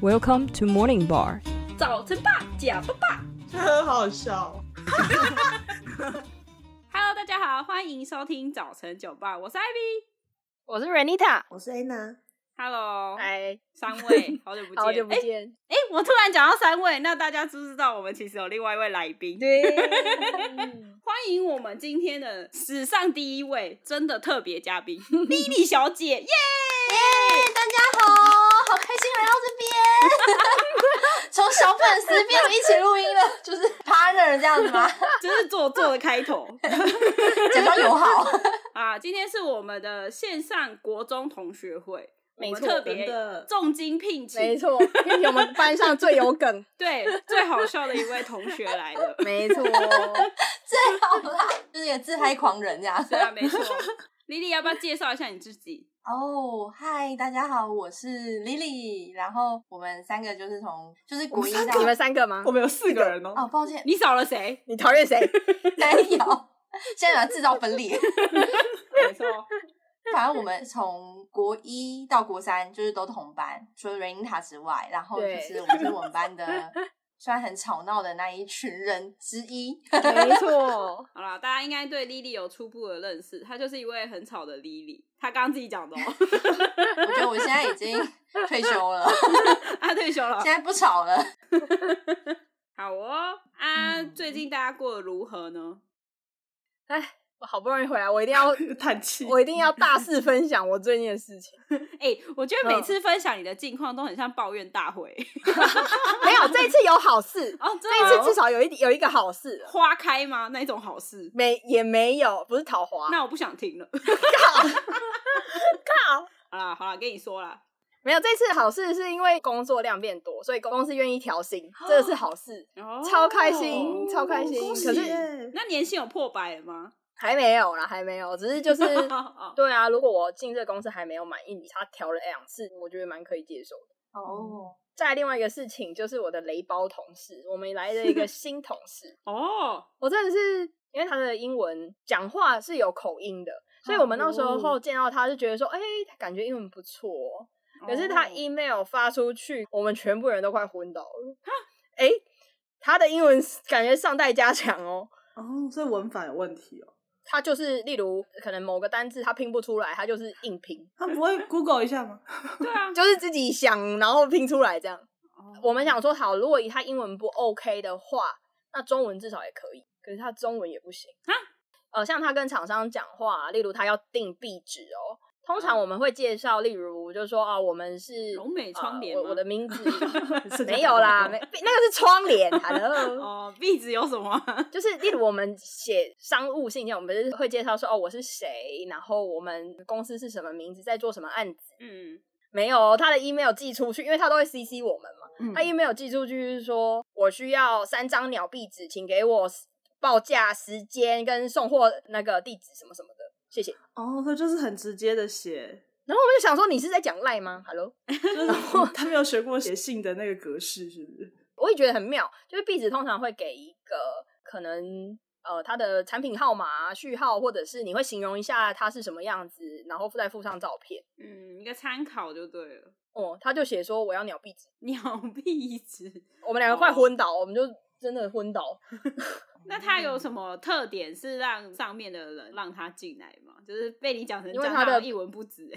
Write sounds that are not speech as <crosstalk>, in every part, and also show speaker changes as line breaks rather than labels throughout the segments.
Welcome to Morning Bar。
早晨吧，假爸爸。
很 <laughs> 好笑。哦
Hello，大家好，欢迎收听早晨酒吧，我是 Ivy。
我是 Renita，
啊我是 Anna，
Hello，
哎，
三
<laughs>
位，好久不见。
好久不
哎
见，
哎、我突然讲到三位，那大家知不知道我们其实有另外一位来宾？
对，
欢迎我们今天的史上第一位真的特别
<laughs>
嘉宾莉莉小姐，耶、
哎大家好，好开心来到这边，从小粉丝变成一起录音了，就是 partner 这样子吗？
就是做做的开头 <laughs>
假装友好，
啊！今天是我们的线上国中同学会，我
没
们
错
特
真
别
的，
重金聘
<laughs> 没
请，
错，并且我们班上最有梗，
对最好笑的一位同学来了。
没 <laughs> 错，
最好啦， <laughs> 就是一个自嗨狂人这样。
<laughs> 对啊，没错。莉莉，要不要介绍一下你自己？
哦，嗨，大家好，我是 Lily，然后我们三个就是从就是国一到
你们三个吗
我？们有四个人
哦，
哦，
抱歉，
你少了谁？ <laughs>
你讨厌谁？
没有，现在把它制造分裂。
没错，
反正我们从国一到国三就是都同班，除了 Renita 之外，然后就
对
是我们就是我们
<laughs>
班的，虽然很吵闹的那一群人之一。
没错，
好啦，大家应该对 Lily 有初步的认识，她就是一位很吵的 Lily。她刚刚自己讲的哦， <laughs>
我觉得我现在已
<laughs>
经退休了，
她退休了
现。在不吵了。
好哦，啊，
嗯
最近大家过得如何呢？
我好不容易回来，我一 <laughs> 定要，
叹气。
我一定要大肆分享我最近的事情。
哎、我觉得
嗯
每次分享你的近况都很像抱怨大会
<laughs>
<laughs>
没有，这一次有好 <laughs> 事，
哦，这
这一次至少有一有一个好事了，
花开吗？那一种好事。 <laughs>
没也没有，不是桃花，
那我不想听了。 <laughs>
靠，
好啦，好啦，跟你说啦，
没有，这次好事是因为工作量变多，所以公司愿意调 <gasps> 薪，这个是好事，
哦
超开
哦
心，超开心。
恭喜
可是
耶
那年薪有破百了吗？
还没有啦，还没有，只是就是 <laughs>
<laughs> 哦
对啊，如果我进这个公司还没有满意，他调了两次，我觉得蛮可以接受的。
哦，
再另外一个事情就是我的雷包同事，我们来了一个新同事，
哦，
我真的是因为他的英文讲话是有口音的，所以我们那时候见到他就觉得说，哎、感觉英文不错哦、可是他
哦
email 发出去，我们全部人都快昏倒了。哎、他的英文感觉上代加强哦。
哦，所以文法有问题哦。
他就是，例如可能某个单字他拼不出来，他就是硬拼，
<laughs> 他不会 Google 一下吗？
对啊，
就是自己想然后拼出来这样。
哦
我们想说好，如果以他英文不 OK 的话，那中文至少也可以，可是他中文也不行
啊。
呃，像他跟厂商讲话、啊例如他要订壁纸哦，通常我们会介绍，例如就说啊，我们是
啊柔美窗帘
呃
吗
我我的名字 <laughs>
是这样
没有啦，
<laughs>
吗
没那个是窗帘，hello。
哦，壁纸有什么？
就是例如我们写商务信件，我们不是会介绍说哦我是谁，然后我们公司是什么名字，在做什么案子。
<laughs> 嗯，
没有哦他的 email 寄出去，因为他都会 CC 我们嘛。
嗯
他 email 寄出去是说我需要三张鸟壁纸，请给我报价、时间跟送货那个地址什么什么的，谢谢。
哦，所以就是很直接的 <laughs> 写，
然后我就想说你是在讲赖吗？Hello，
就是他没有学过写信的那个格式，是不 <laughs> 是？
我也觉得很妙，就是壁纸通常会给一个可能呃它的产品号码、序号，或者是你会形容一下它是什么样子，然后再附上照片。
嗯，一个参考就对了。
哦，他就写说我要鸟壁纸，
鸟壁纸，
我们两个快昏倒，我们就真的昏倒。
那它有什么特点是让上面的人让他进来吗？就是被你讲成
因为
讲
它的
好像一文不值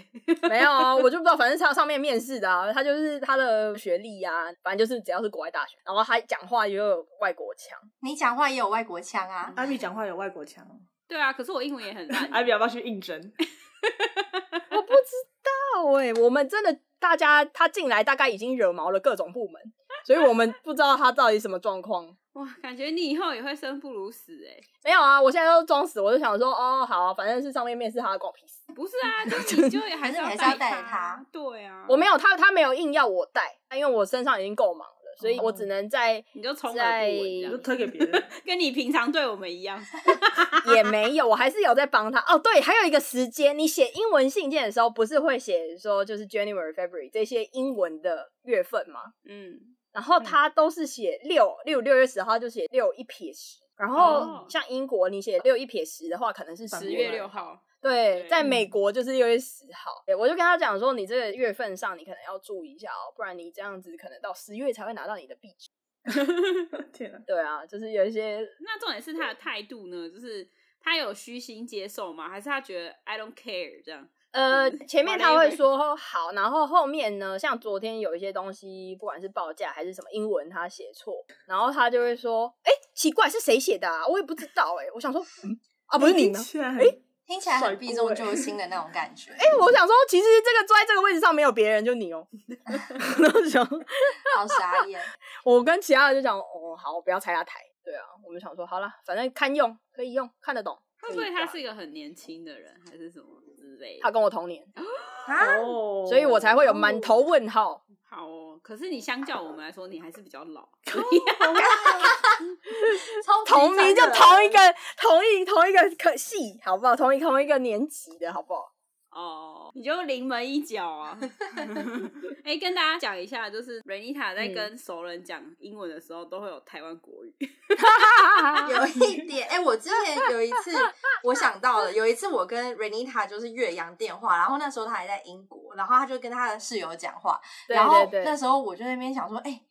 <laughs>
哎、
没有啊，我就不知道，反正他上面面试的啊，他就是他的学历啊，反正就是只要是国外大学，然后他讲话也有外国腔，
你讲话也有外国
<laughs>
腔啊？
艾米讲话有外国腔哦，
对啊，可是我英文也很 <laughs> 烂。
<laughs> 艾米要不要去应征？
我不知道哎、我们真的大家他进来大概已经惹毛了各种部门，所以我们不知道他到底什么状况。
哇，感觉你以后也会生不如死哎、
没有啊，我现在都装死，我就想说哦，好啊、反正是上面面试他，关我屁事。
不是啊， <laughs> 就是你就也还
可是你还是
带
要带
它
它。
对啊，
我没有他，他没有硬要我带，因为我身上已经够忙了，所以我只能在
你就从耳
在
不闻这
你就
样，
推给别人。
跟你平常对我们一样。 <laughs>
也没有，我还是有在帮他。哦，对，还有一个时间，你写英文信件的时候，不是会写说就是 January、February 这些英文的月份吗？
嗯，
然后他都是写六六六月十号就写六一撇十，然后
哦
像英国你写六一撇十的话，可能是
反
十
过
十
来
月
月
六
六，
号，
对，
对嗯
在美国就是六月十号，对我就跟他讲说，你这个月份上你可能要注意一下哦，不然你这样子可能到十月才会拿到你的币值。
<laughs> 天哪！
对啊，就是有一些
那重点是他的态度呢，就是他有虚心接受吗？还是他觉得 I don't care 这样？
呃，前面他
Whatever
会说好，然后后面呢，像昨天有一些东西，不管是报价还是什么英文，他写错，然后他就会说，哎、奇怪，是谁写的啊？我也不知道、哎，我想说，嗯，啊，不是你
听
吗？
起来
诶
听起来
甩
很避重
<laughs>
锅欸
就轻的那种感觉。
哎、我想说，其实这个坐在这个位置上没有别人，就你哦、然后想，
好
<laughs>
傻眼。
我跟其他的就讲，哦，好，不要拆他台。对啊，我们想说，好啦，反正堪用，可以用，看得懂。
会不会
可以
他
挂
是一个很年轻的人，还是什么之类
他
的？
跟我同年，
啊，
哦，
所以我才会有满头问号。
好哦，可是你相较我们来说，你还是比较老。
超级
同名就
烦的
同一个同一同一个科系，好不好？同一同一个年级的好不好？
哦，你就临门一脚
<laughs>
啊！哎、跟大家讲一下，就是 Renita 在
嗯
跟熟人讲英文的时候，都会有台湾国语。
<laughs>
<laughs>
<laughs> 有一点，哎、我之前有一次，我想到了，有一次我跟 Renita 就是岳阳电话，然后那时候她还在英国，然后她就跟她的室友讲话，
对
然后
对
那
对，
时候我就在那边想说，哎、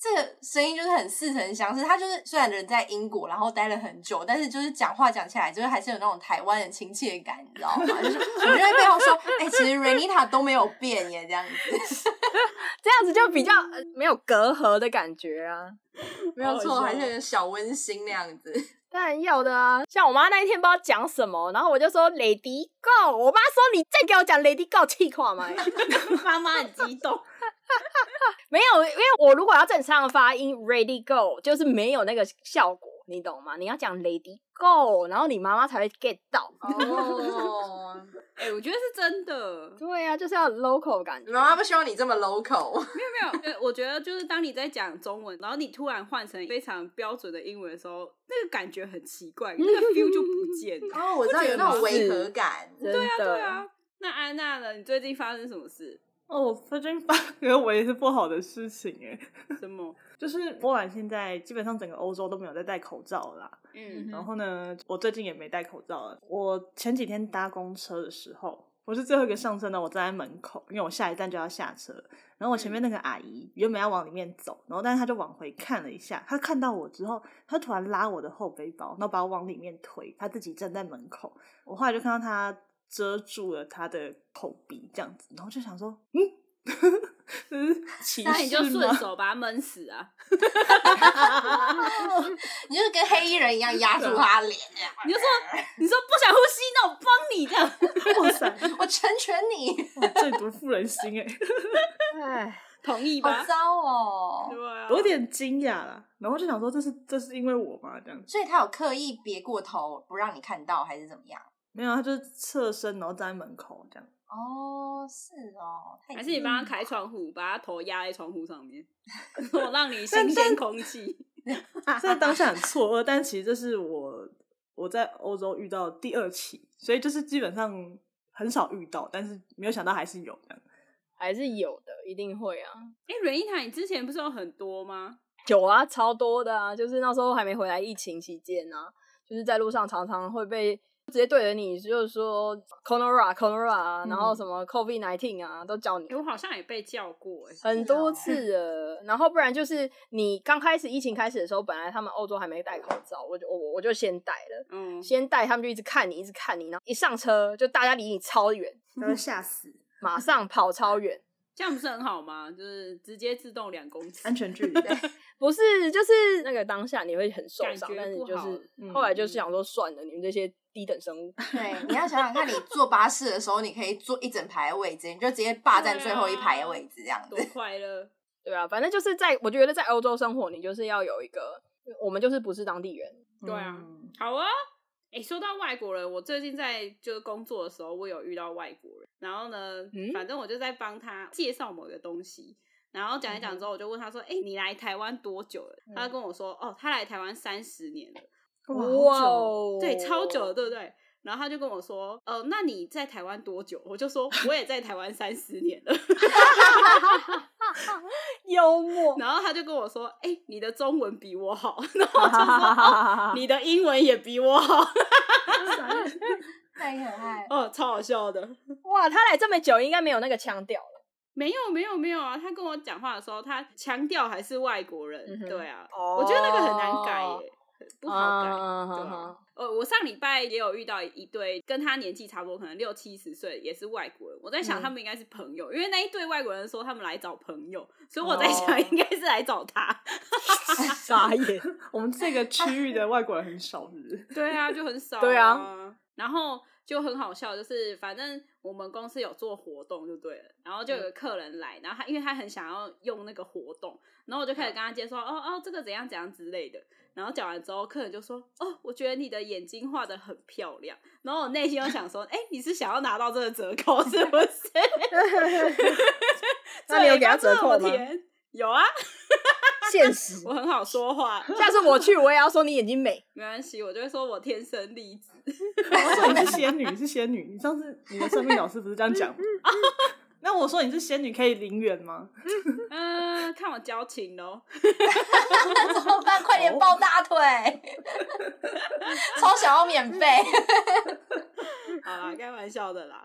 这个声音就是很似曾相识。她就是虽然人在英国，然后待了很久，但是就是讲话讲起来，就是还是有那种台湾人亲切感，你知道吗？就是我就会背后说，哎、其实 Renita 都没有变耶，这样子，
这样子就比较呃没有隔阂的感觉
<laughs>
啊。
没有
好
错，
好笑
哦
哦
还是有点小温馨那样子。
当然要的啊！像我妈那一天不知道讲什么，然后我就说 Lady Go，我妈说你再给我讲 Lady Go 气垮吗？
妈妈很激动，
<laughs> 没有，因为我如果要正常发音 Ready Go，就是没有那个效果，你懂吗？你要讲 Lady Go，然后你妈妈才会 get 到。
哦，
哎、我觉得是真的。
对啊，就是要 local 感觉。
<laughs> 妈妈不希望你这么 local。
没有没有，呃我觉得就是当你在讲中文，然后你突然换成非常标准的英文的时候，那个感觉很奇怪，那个 feel 就不见
<laughs>
了。
哦，我知道有那种违和感。
真
对啊
的
对啊。那安娜呢？你最近发生什么事？
哦，最近发给我也是不好的事情哎，
什么？
就是波兰现在基本上整个欧洲都没有在戴口罩了啦，
嗯，
然后呢，我最近也没戴口罩了。我前几天搭公车的时候，我是最后一个上车的，我站在门口，因为我下一站就要下车。然后我
嗯
前面那个阿姨原本要往里面走，然后但是她就往回看了一下，她看到我之后，她突然拉我的后背包，然后把我往里面推，她自己站在门口。我后来就看到她遮住了她的口鼻这样子，然后就想说，嗯。 <laughs> 这是歧视吗？
那你就顺手把它闷死啊！
<laughs>
你就是跟黑衣人一样压住他脸，
你就说，你说不想呼吸，那我帮你这样。
哇塞，
<laughs> 我成全你，
哇这毒妇人心哎、
哎，
同意
好
吧？
糟哦。
对啊
有点惊讶啦，然后就想说这是这是因为我吗？这样子
所以他有刻意别过头不让你看到，还是怎么样？
没有，他就是侧身然后站在门口这样。
哦，是哦，太
还是你帮他开窗户，把他头压在窗户上
<laughs>
面，我让你新鲜空气。
虽然当下很错愕，但其实这是我我在欧洲遇到的第二起，所以就是基本上很少遇到，但是没有想到还是有这样。
还是有的，一定会啊，
哎，瑞伊塔，你之前不是有很多吗？
有啊，超多的啊，就是那时候还没回来疫情期间啊，就是在路上常常会被直接对着你，就是说 Conora Conora 啊，
嗯
然后什么 COVID nineteen 啊，都叫你
哎，我好像也被叫过哎。
很多次了。然后不然就是你刚开始疫情开始的时候，本来他们欧洲还没戴口罩，我就我我就先戴了，
嗯，
先戴他们就一直看你，一直看你，然后一上车就大家离你超远，
他会吓死，
马上跑超远。
这样不是很好吗？就是直接自动两公尺
安。全距离。
不是，就是那个当下你会很受伤
感，觉
但是你就
不好
是、后来就是想说算了，你们这些低等生物，
对，你要想想看，你坐巴士的时候，你可以坐一整排的位置，你就直接霸占最后一排的位置，这样子
多。快乐！
对啊，反正就是在我觉得在欧洲生活，你就是要有一个，我们就是不是当地人，
<laughs> 对啊
嗯
好啊、哎、说到外国人，我最近在就是工作的时候，我有遇到外国人，然后呢，
嗯
反正我就在帮他介绍某个东西，然后讲一讲之后，我就问他说：“哎、你来台湾多久了？”他就跟我说：“哦，他来台湾三十年了，
<laughs> 哇，好久
哦
对，超久了，对不对？”然后他就跟我说：“呃，那你在台湾多久？”我就说：“我也在台湾三十年了。 <laughs>
幽”默，
然后他就跟我说：“哎、你的中文比我 <laughs>
哦啊
<laughs>
好。”然后我就说：“哦，你的英文也比我好。”
那也很爱。
哦，超好笑的。
哇，他来这么久，应该没有那个腔调了。
没有没有没有啊，他跟我讲话的时候，他强调还是外国人，
嗯哼
对啊，
哦
我觉得那个很难改耶，不好
嗯
改。
嗯
对
嗯嗯
啊，呃，我上礼拜也有遇到一对跟他年纪差不多，可能六七十岁，也是外国人。我在想
嗯
他们应该是朋友，因为那一对外国人说他们来找朋友，所以我在想
哦
应该是来找他。
傻眼。
我们这个区域的外国人很少，是不 <laughs> 是？
<laughs> 对啊，就很少、
对
啊，然后就很好笑，就是反正我们公司有做活动就对了，然后就有
嗯
个客人来，然后他因为他很想要用那个活动，然后我就
嗯
开始跟他介绍，哦哦，这个怎样怎样之类的。然后讲完之后，客人就说：“哦，我觉得你的眼睛画的很漂亮。”然后我内心又想说：“哎、你是想要拿到这个折扣是不是？”
<laughs> 那你有给他折扣吗
这么甜？有啊，
现实。
我很好说话，
下次我去，我也要说你眼睛
<laughs>
美。
没关系，我就会说我天生丽质。
说你是仙女，你是仙女。你上次你的生命老师不是这样讲吗？ <laughs> 那我说你是仙女，可以零元吗？
嗯、看我交情喽。
怎么办？快
哦
点抱大腿， <laughs> 超想要免费。
好啦，开玩笑的啦。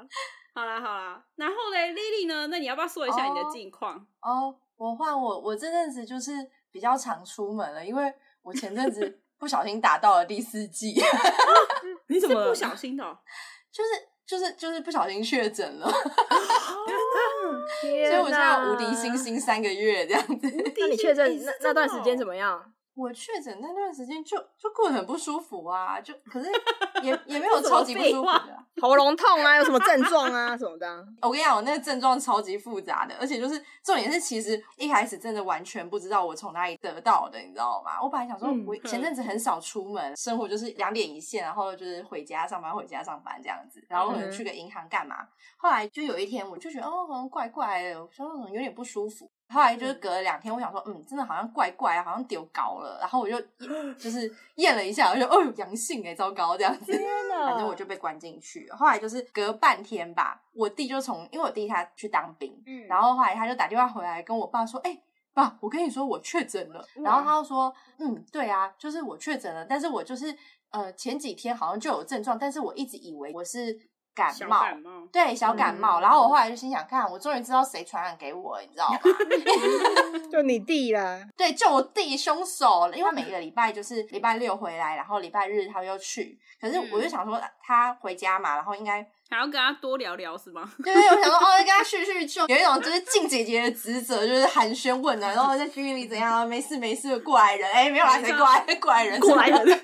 好啦好啦，然后嘞，Lily 呢？那你要不要说一下你的
哦
近况？
哦，我换我，我这阵子就是比较常出门了，因为我前阵
<laughs>
子不小心打到了第四季，
你怎
是
么了
不 <laughs> 小心的哦、
就是就是就是不小心确诊了，
所
所以我现在无敌星。星三个月这样子。
<laughs>
那你确
哎
诊
是
那
真的
那段
哦
时间怎么样？
我确诊那段时间就就过得很不舒服啊，就可是
<laughs>
也也没有
这什么
超级不
废
舒服
话
的啊。
<laughs> 喉咙痛啊，有什么症状啊 <laughs> 什么的啊？
我跟你讲，我那个症状超级复杂的，而且就是重点是，其实一开始真的完全不知道我从哪里得到的，你知道吗？我本来想说
嗯，
我前阵子很少出门，生活就是两点一线，然后就是回家上班，回家上班这样子，然后可能去个银行干嘛。后来就有一天，我就觉得哦，好像怪怪的，我想说怎嗯么有点不舒服。后来就是隔了两天，我想说，嗯，真的好像怪怪，好像丢高了。然后我就就是验了一下，我就哦，阳性哎、糟糕，这样子。反
嗯
正我就被关进去了。后来就是隔半天吧，我弟就从因为我弟他去当兵，
嗯
然后后来他就打电话回来跟我爸说：“哎、爸，我跟你说我确诊了。”然后他就说：“嗯，对啊，就是我确诊了，但是我就是呃前几天好像就有症状，但是我一直以为我是感
小
冒。”
感冒，
对，小感冒。
嗯
然后我后来就心想，看，我终于知道谁传染给我了，你知道吗？
<laughs>
<laughs>
就你弟啦，
对，就我弟凶手了，因为每个礼拜就是礼拜六回来，然后礼拜日他又去。可是我就想说，啊他回家嘛，然后应该
还要跟他多聊聊是吗？
对对，我想说，哦，跟他叙叙旧，有一种就是静姐姐的职责，就是寒暄问暖，然后在军营里怎样，啊没事没事，过来人，哎，没有啦，谁过来过来人，
过来人，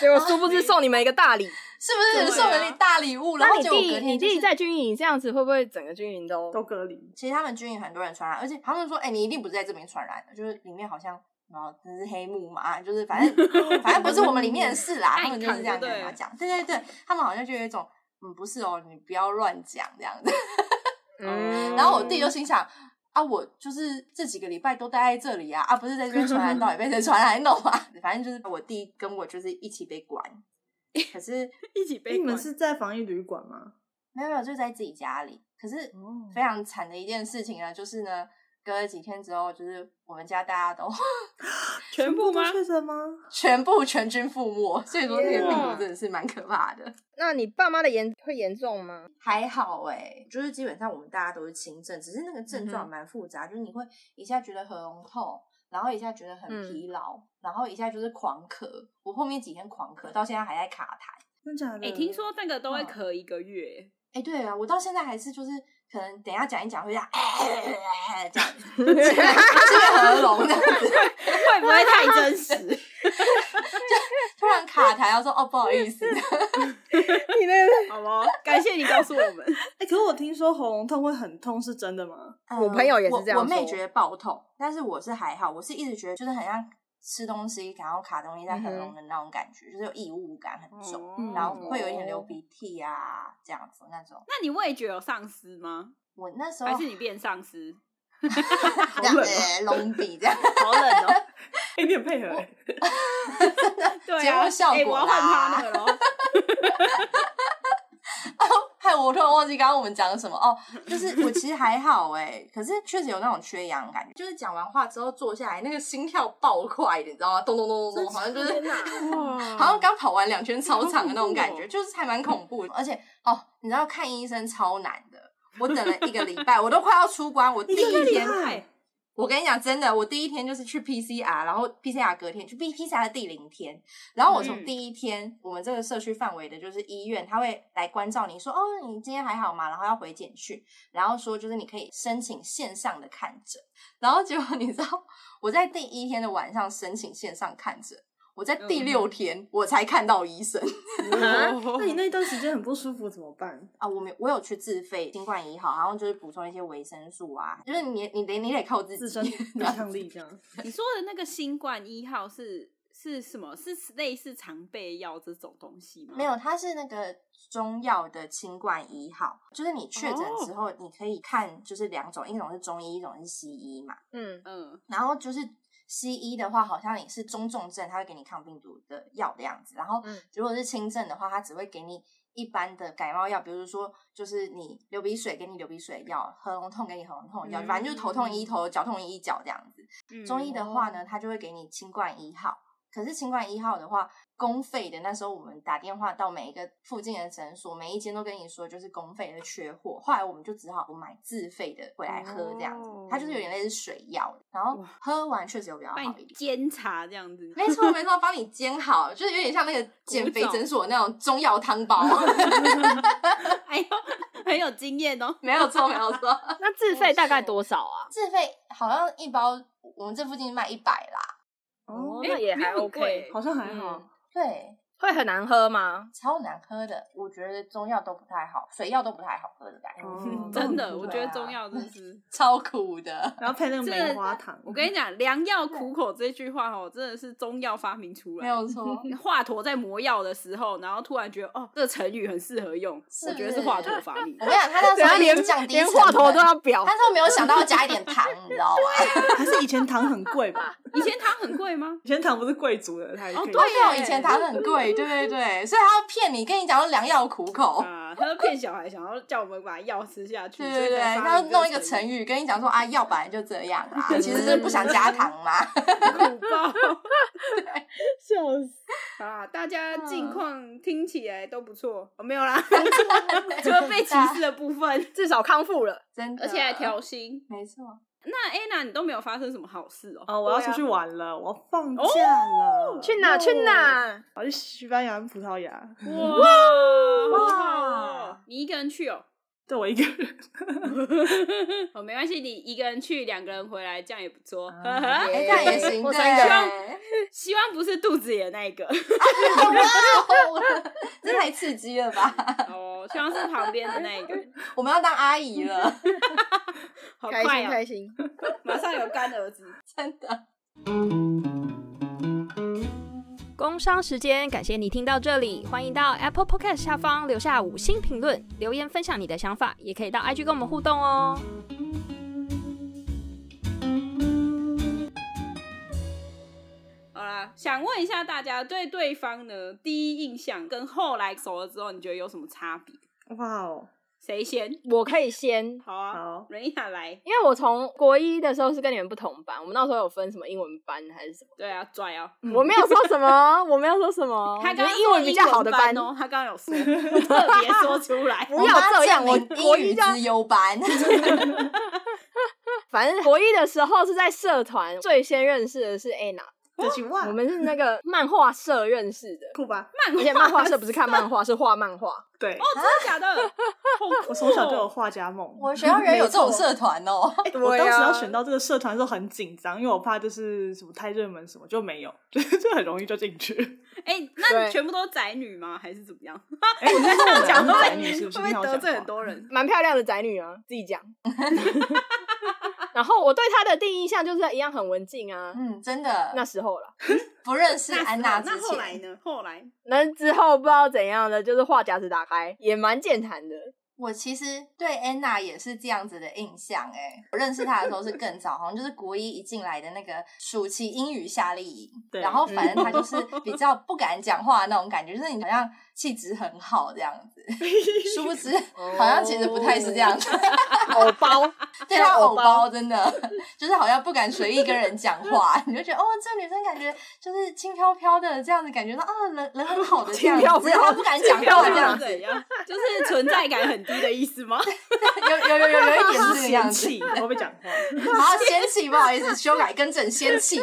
结果殊不知送你们一个大礼。
是不是
对啊
送了你大礼物？然
那
后
你
结果隔
弟你
天就
弟
是。
在军营这样子，会不会整个军营都
都隔离。
其实他们军营很多人传染，而且他们说，哎、你一定不是在这边传染的，就是里面好像。然后真是黑幕嘛，就是反正反正不是我们里面的事啦，他们就是这样跟我讲，对对对，他们好像就有一种嗯不是哦，你不要乱讲这样子。
哦
嗯？
然后我弟就心想啊，我就是这几个礼拜都待在这里啊，啊不是在这边传染，到底被谁传染，你懂吗？ <laughs> 反正就是我弟跟我就是一起被关，可是
一起被
哎你们
关
是在防疫旅馆吗？
没有没有就在自己家里，可是
哦
非常惨的一件事情呢，就是呢，隔了几天之后，就是我们家大家都 <laughs>
全部
都
吗？
确诊吗？
全部全军覆没，所以说这个病毒
Yeah
真的是蛮可怕的。
那你爸妈的严会严重吗？
<laughs> 还好哎、就是基本上我们大家都是轻症，只是那个症
嗯
状蛮复杂，就是你会一下觉得喉咙痛，然后一下觉得很疲劳，然后一下就是狂咳。我后面几天狂咳，到现在还在卡痰。
真假的？
哎、听说那个都会
嗯
咳一个月，
哎、对啊，我到现在还是就是可能等一下讲一讲会这样，这样子，这个喉咙这样子，
会不会太真实？
突然卡痰，要说哦不好意 <laughs> 思，
你那个
<laughs> 好不好？感谢你告诉我们。
<laughs> 哎、可是我听说喉咙痛会很痛，是真的
<laughs>
吗？
呃
我朋友也是
我
这样
我妹
说
觉得爆痛，但是我是还好，我是一直觉得就是很像吃东西，然后卡东西在喉咙的那种感觉，就是有异物感很重，
哦
然后会有一点流鼻涕啊这样子那种。
那你味觉有丧失吗？
我那时候
还是你变丧失？
这样
冷哦
子隆鼻这样，
好冷哦、 <laughs>
哎、你很配合、欸，
对
节
啊，
目效
哎、
果
我要换
啦
他那个喽。
害的，我突然忘记刚刚我们讲了什么哦。就是我其实还好哎、可是确实有那种缺氧的感觉。就是讲完话之后坐下来，那个心跳爆快，你知道吗？咚咚咚咚咚，好像就是
天
<laughs>
哪！
<laughs>
好像刚跑完两圈操场的那种感
好恐怖
觉，
哦
就是还蛮恐怖的。而且哦，你知道看医生超难的，我等了一个礼拜，我都快要出关。我第一天，我跟你讲真的，我第一天就是去 PCR，然后 PCR 隔天去 B PCR 的第零天，然后我从
嗯
第一天、我们这个社区范围的就是医院，他会来关照你说哦，你今天还好吗？然后要回简讯，然后说就是你可以申请线上的看诊，然后结果你知道我在第一天的晚上申请线上看诊。我在
嗯
第六天、我才看到医生 <laughs>
啊
那你那一段时间很不舒服怎么办？
啊！我没我有去自费新冠一号，然后就是补充一些维生素啊，就是你你得你得靠自己
自身抵抗力这样，
<laughs> 你说的那个新冠一号是是什么？是类似常备药这种东西吗？
没有，它是那个中药的清冠一号，就是你确诊之后，你可以看就是两种，一种是中医，一种是西医嘛。
嗯，
嗯，
然后就是西医的话，好像你是中重症，他会给你抗病毒的药的样子。然后
嗯
如果是轻症的话，他只会给你一般的感冒药，比如说就是你流鼻水给你流鼻水的药，喉咙痛给你喉咙痛的药，反正就是头痛医头，脚痛医脚这样子。
嗯
中医的话呢，他就会给你清冠一号。可是清冠一号的话，公费的那时候我们打电话到每一个附近的诊所，每一间都跟你说就是公费的缺货，后来我们就只好买自费的回来喝这样子，
哦
它就是有点类似水药的，然后
哇
喝完确实有比较
帮
好一
你
点。
监察这样子。 <laughs>
没错没错，帮你煎好，就是有点像那个减肥
古早
诊所那种中药
<laughs>
汤包，
哎呦， <laughs> 很有经验哦。
没有错没 <laughs> 有错。
哦那自费大概多少啊？
自费好像一包，我们这附近卖一百啦。
哦
哦，
那也
没
还
有哎很
OK，
贵
好像还好。
对，
会很难喝吗？
超难喝的，我觉得中药都不太好，水药都不太好喝嗯的感觉，
哦
真
对
的，
<laughs> 啊
我觉得中药真的
<laughs>
是。
超
<laughs>
苦的。
然后配那个
这
梅花糖，
我跟你讲，良药苦口这句话哦，真的是中药发明出来。
没有错，
华佗在磨药的时候，然后突然觉得哦，这个成语很适合用，
是
我觉得是华佗发明
<laughs> 我
的
跟。你讲，他那时
等下
候
啊连
已经降低
连
成
话头
本
都要
<laughs>
表 <laughs>
他，都没有想到要加一点糖，你知道吗？
还是以前糖很贵吧？
以前糖很贵吗？
以前糖不是贵族的，才可以
哦
对
对
哦，以前糖很贵，对对对，所以他要骗你，跟你讲说良药苦口，
啊，他就骗小孩，想要叫我们把药吃下去，
对
所
对
以
对，
才发
他要
明
弄一个
这
成
语，
语跟你讲说啊，药本来就这样啊，
对
其实是不想加糖嘛。
<laughs> 苦报
笑死！
啊！大家
嗯
近况听起来都不错，哦没有啦，除 <laughs> 了被歧视的部分，
至少康复了。
真的，
啊而且还，调薪。
没错，
那 Anna，你都没有发生什么好事哦？
哦，我要
对啊
出去玩了，我要放假了，
去哪？去哪？
我要去西班牙、葡萄牙，
哦哇
哇
你一个人 <laughs> 去哦？
对我一个人。
哦，没关系，你一个人去，两个人回来，这样也不错。
哎，这样也
耶
行，
陌
对
生
<laughs>
人，
<laughs> 希望不是肚子也那一 <laughs> 个
哇哦这太刺激了吧？
哦，希望是旁边的那 <laughs> 一个。
我们要当阿姨了。
好
开
快
心
哦，
开心。
马上有干儿子。
真的。
工商时间，感谢你听到这里，欢迎到 Apple Podcast 下方留下五星评论，留言分享你的想法，也可以到 IG 跟我们互动哦。
好啦，想问一下大家对对方呢第一印象跟后来熟了之后，你觉得有什么差别？
哇哦，
谁先？
我可以先，因
好啊，
好，
瑞亚来。
为我从国一的时候是跟你们不同班，我们那时候有分什么英文班还是什么，
对啊，拽哦。
嗯
我没有说什么，哦我没有说什么，
他刚
我觉
刚
得英文比较好的
的哦，他刚刚有 <laughs> 说，我特别说出来。
不要这样
我妈
我
证明
我
英语
遇到
之优 <laughs> 班，
反正国一的时候是在社团最先认识的是 Anna，
这句哇
我，们是那个漫画社认识的，
酷吧？
而且漫画社不是看漫画，是画漫画。
对，
哦，真的假的？好酷哦
我从小就有画家梦。
我 <laughs> 学校人有这种社团哦。
哎
对
我当时
啊
要选到这个社团的时候很紧张，因为我怕就是什么太热门什么就没有，就 <laughs> 就很容易就进去。
哎、那
对
你全部都是宅女吗？还是怎么样？
哎，你在跟我
讲
讲
<laughs> 会
宅
不
女是不是？
会
你好
得
像
罪
讲
很
<laughs>
多人？
蛮漂亮的宅女啊，自己
<laughs>
讲。然后我对她的第一印象就是一样很文静啊，
嗯，真的。
那时候了。
不认识
那
安
时
娜
候
之
那后来
前，
呢？后来
那之后不知道怎样的，就是话匣子打开，也蛮健谈的。
我其实对安娜也是这样子的印象。哎，我认识她的时候是更早，好像就是国一一进来的那个暑期英语夏令营。
对
嗯 <laughs>
然后反正她就是比较不敢讲话的那种感觉，就是你好像气质很好这样子，殊不
<laughs>
知好像其实不太是这样子，
哦偶包，
对他偶包真的 <laughs> 就是好像不敢随意跟人讲话，你就觉得哦，这女生感觉就是轻飘飘的这样子，感觉到啊人人很好的这样
轻
子，
飘飘
只是她不敢讲话这样子，
怎样？就是存在感很低的意思吗？
有有有有有一点是这个
嫌
样 <laughs> 子，
弃，我会讲话， <laughs>
好仙气，不好意思，修改更正仙气。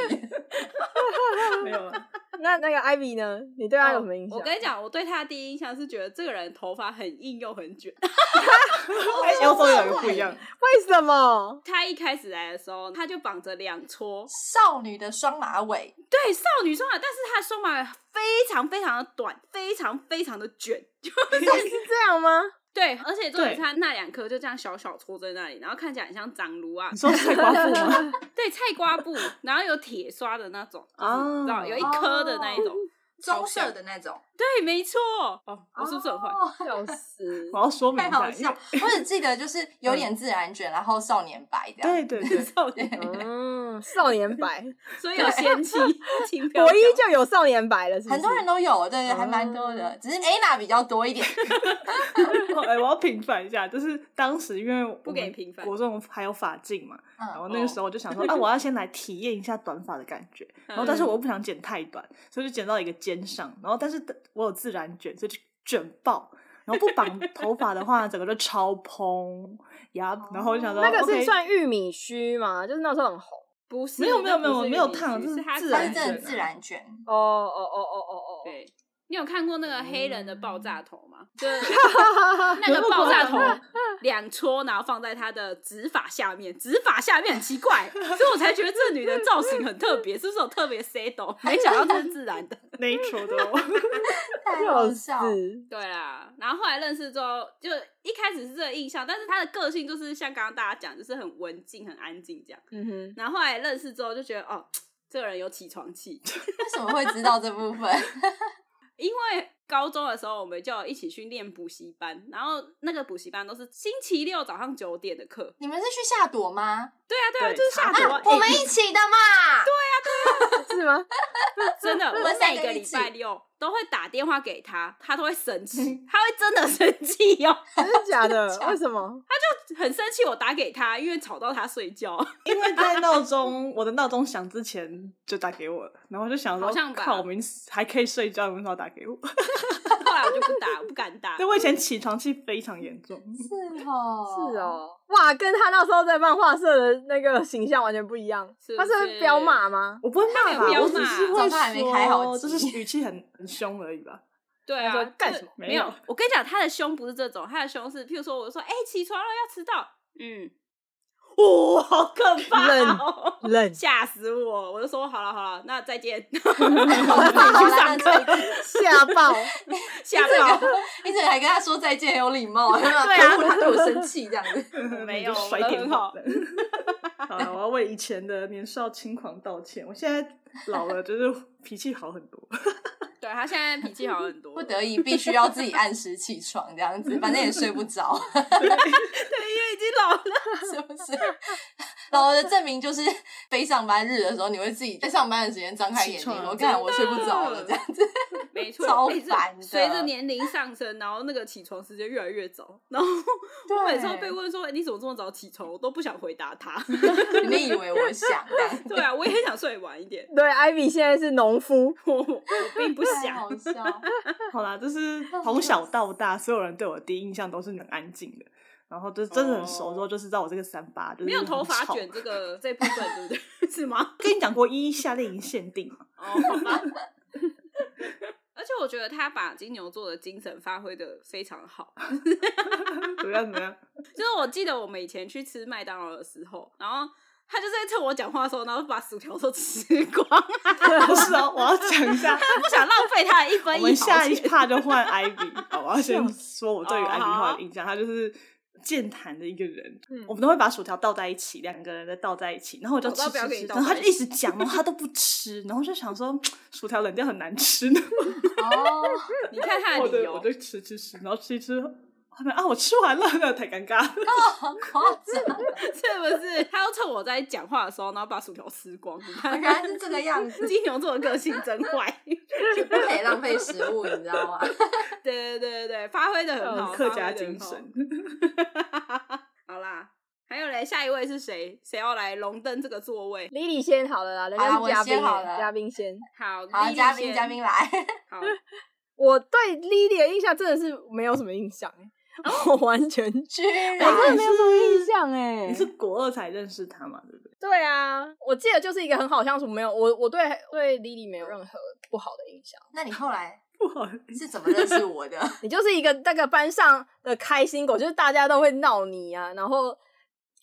没有啊了。
那那个 Ivy 呢？你对他有什么印象？
哦我跟你讲，我对他的第一印象是觉得这个人头发很硬又很卷。 <laughs>
L 都有一个不一样，
为什么？
他一开始来的时候，他就绑着两撮，
<laughs> 少女的双马尾，
对少女双马，但是他的双马尾非常非常的短，非常非常的卷，
是这样吗？
对，而且重点
对
是他那两颗就这样小小戳在那里，然后看起来很像长芦啊
你，说菜瓜布吗？ <laughs>
对，菜瓜布，然后有铁刷的那种，
哦
哦，知道有一颗的那一种，
棕色的那种，
对，没错，哦，我是不是很坏？
哦
笑死！
我要说明
太
一下
好，笑！我只记得就是有点自然卷，然后少年白这
因为
样。
对对对，
少年，
嗯，少年白，
所以有仙
<laughs>
气，轻飘
国
飘
一就有少年白了，是不是
很多人都有，对对，还蛮多的，只是 Anna 比较多一点。
<laughs> 哎，我要平反一下，就是当时因为我们
不给平反哦
国中还有发镜嘛，
嗯
然后那个时候我就想说，啊，我要先来体验一下短发的感觉，
嗯
然后但是我又不想剪太短，所以就剪到一个肩上，然后但是我有自然卷，所以就卷爆。然后不绑头发的话，整个就超蓬呀。然后我就想说，
哦
那个
OK
是算玉米须吗？就是那时候很红。
不是，
没有没有没有
那不是
没有
玉米
烫
须
这是
是它
自
它是
然
真的
卷啊
自然卷， <laughs>
哦哦哦哦哦哦，
对，嗯你有看过那个黑人的爆炸头吗？就是
哦
<laughs> 那个爆炸头两撮，然后放在她的指法下面，指法下面很奇 <laughs> 怪，所以我才觉得这女的造型很特别，是不是有特别 s a d o 没想到这是自然的。
natural 的哦。
太好
笑
笑。
死！
<laughs> 对啦，然后后来认识之后，就一开始是这个印象，但是她的个性就是像刚刚大家讲，就是很文静、很安静这样。
嗯
<laughs>
哼，
然后后来认识之后就觉得，哦，这个人有起床气，
为什么会知道这部分？ <laughs>
因为高中的时候，我们就有一起去练补习班，然后那个补习班都是星期六早上九点的课。
你们是去下朵吗？
对啊，对啊，
对
就是下
啊
午啊，
我们
欸
一起的嘛。
是吗？
欸真的，
我
我
们三
每
个
个
一
礼
起
拜六都会打电话给他，他都会生气，他会真的生气哦，
真的假的
真的？假的
为什么？
很生气。我打给他，因为吵到他睡觉。
因为在闹钟，我的闹钟响之前就打给我了，然后我就想说，
好像吧
靠，我明还可以睡觉，你为什么要打给我？ <laughs>
后来我就不打，我不敢打
对，。我以前起床气非常严重，
是哦， <laughs>
是。哦，哇，跟他那时候在漫画社的那个形象完全不一样。
是不
他是会
是
飙骂吗？
我不会
他
骂
没
吧，
有
我只是
彪骂
会
早上还没开好
说，
机
就是语气很很凶而已吧。
对
他
啊
说，干
就
什么
没有
没有，
我跟你讲，他的凶不是这种，他的凶是，譬如说，我说，哎、起床了，要迟到，嗯，哇、好可怕、哦，
冷
吓死我！我就说好了好了，那再 <laughs> 见，
好了，
去
<laughs>
上课
吓爆，
吓到。
你怎么还跟他说再见，很有礼貌，对
啊
他对我生气这样子。
没有
就
我
甩
们
点
很好
好。 <laughs> 好了，我要为以前的年少轻狂道歉。我现在老了，就是脾气好很多。 <laughs>
对他现在脾气好很多，
不得已必须要自己按时起床这样子，反正也睡不着， <laughs>
对，因为已经老了。
是不是？然后我的证明就是非上班日的时候，你会自己在上班的时间张开眼
起
睛，
床
我看我睡不着了这样子。
<laughs> 没 <laughs> 错，
超
哎这
烦的
随着年龄上升，然后那个起床时间越来越早， <laughs> 然后
对
我每次都被问说哎你怎么这么早起床，我都不想回答他。 <laughs>
你以为我想这样？
对啊，我也很想睡晚一点， <laughs>
对，Ivy 现在是农夫，
我我并不
太
想。
好笑，
好啦，就是从小到大，所有人对我的第一印象都是很安静的。然后就真的很熟之后，就知道我这个三八，就是
哦没有头发
很吵
卷这个这部分，对不对？ <laughs> 是吗？
跟你讲过一一夏令营限定嘛，
哦，好 <laughs> 吧。而且我觉得他把金牛座的精神发挥的非常好，
怎么样怎么样？ <laughs>
就是我记得我们以前去吃麦当劳的时候，然后他就是在趁我讲话的时候，然后把薯条都吃光，
不是哦，我要讲一下，
不想浪费他的一分
我
一
们
毫
下一
钱
趴就
<laughs>
换 Ivy。好，我要先说我对于
哦
Ivy
好
话的印象，他就是健谈的一个人
嗯。
我们都会把薯条倒在一起，两个人再倒在一起，然后我就
我
吃
都不要
吃
给你
吃，
倒
然后他
在
就
一
一直讲，然后他都不吃，然后就想说薯条冷掉很难吃呢，
哦，
你看他
我
的理
就我
由，
就吃吃吃，然后吃一吃。后面啊，我吃完了，太尴尬了。
好夸张，
是不是？他要趁我在讲话的时候，然后把薯条吃光。你看
原来是这个样
<laughs>
子，
金牛座的个性真坏。
就 <laughs> 不可以浪费食物，你知道吗？
对对对对对，发挥的很好，
客家
发挥得
精
很好
神。。
好啦，还有嘞，下一位是谁？谁要来荣登这个座位？
李李先好了啦，人
好
家
啦
是
我
嘉宾
先好
欸
了
嘉宾先。
好，
好，
Lily
嘉宾
先
嘉。宾来，
好，
我对 Lily 的印象真的是没有什么印象欸， <laughs> 我完全我
居
真的
然
没有什么印象哎
哎你是国二才认识他嘛？对不对？
对啊，我记得就是一个很好相处，没有我我对对 Lily 没有任何不好的印象。
那你后来
不好
啊
意思，
是怎么认识我的？
你就是一个那个班上的开心果，就是大家都会闹你啊，然后。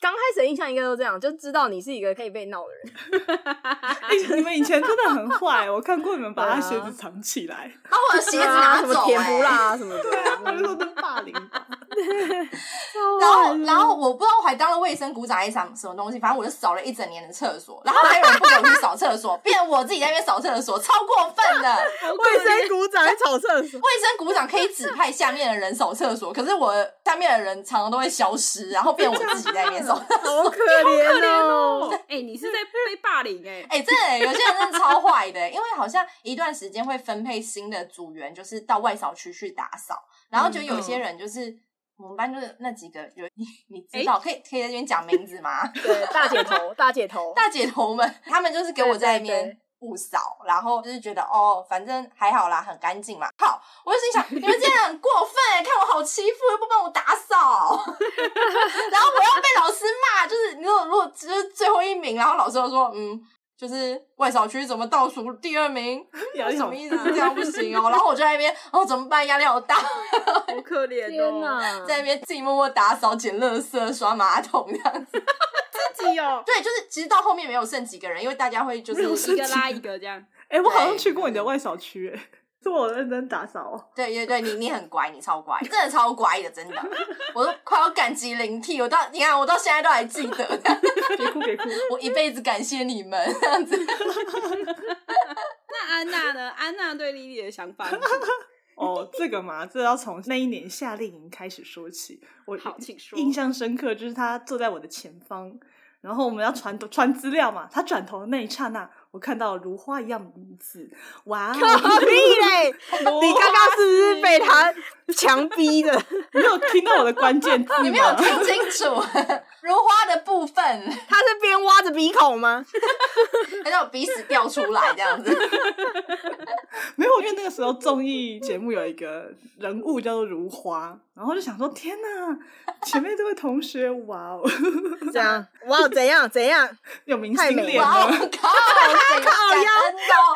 刚开始的印象应该都这样，就知道你是一个可以被闹的人。
哎你们以前真的很坏，我看过你们把他
对
鞋
啊
子藏起来，
把我的鞋子
对
拿
啊
走、
什
欸，
么甜不辣啊什么的，
<laughs> 他们说都霸
<laughs>
凌吧。
然后，然后我不知道我还当了卫生股长还是什么什么东西，反正我就扫了一整年的厕所，然后还有人不给我去扫厕所，变成我自己在那边扫厕所，超过分的。
卫生股长在扫 <laughs> 厕所，
卫生股长可以指派下面的人扫厕所，可是我下面的人常常都会消失，然后变我自己在那边扫。
好可怜哦！
哎、你是在被霸凌哎、
哎、真的、有些人真的超坏的、因为好像一段时间会分配新的组员，就是到外扫区去打扫，然后就有些人就是。我们班就是那几个有你，你知道、可以可以在这边讲名字吗？
对，大姐头，大姐头，
大姐头们，他们就是给我在
对
那
对
边
对
不扫，然后就是觉得哦，反正还好啦，很干净嘛。靠，我就心想，你们这样很过分哎、看我好欺负，又不帮我打扫， <laughs> 然后我要被老师骂，就是你如果如果只是最后一名，然后老师又说嗯。就是外扫区怎么倒数第二名，
压力
什
啊好
么
大
意思？这样不行哦。然后我就在那边，哦怎么办？压力好大，
好可怜
天 <laughs>
哦、
哪！
在那边自己默默打扫、捡垃圾、刷马桶这样子。
自
<laughs>
己哦，
对，就是其实到后面没有剩几个人，因为大家会就是
没有
一个拉一个这样。
哎、我好像
对
去过你的外小区、哎，是我认真打扫、哦。
对对对，你你很乖，你超乖，真的超乖的，真的，我都快要感激灵替，我到你看我到现在都还记得，
别哭别哭，
我一辈子感谢你们这样子。
那安娜呢？ <laughs> 安娜对 Lily 的想法是什么
哦，这个嘛，这要从那一年夏令营开始说起。我
好，请说。
印象深刻就是他坐在我的前方，然后我们要传传资料嘛，他转头的那一刹那，我看到如花一样的名字，哇哦！
可以嘞！ <laughs> 你
你
刚刚是不是被他强逼 <laughs> 的？
你有听到我的关键字吗？
你没有听清楚如花的部分，
他是边挖着鼻孔吗？
还让我鼻屎掉出来这样子。
没有，因为那个时候综艺节目有一个人物叫做如花，然后就想说天哪，前面这位同学，哇哦， <laughs>
这样哇，怎样怎 <laughs> 样？
有明
太
星
美
脸
哇，哦我靠，
了。
<laughs>
谁感恩哦？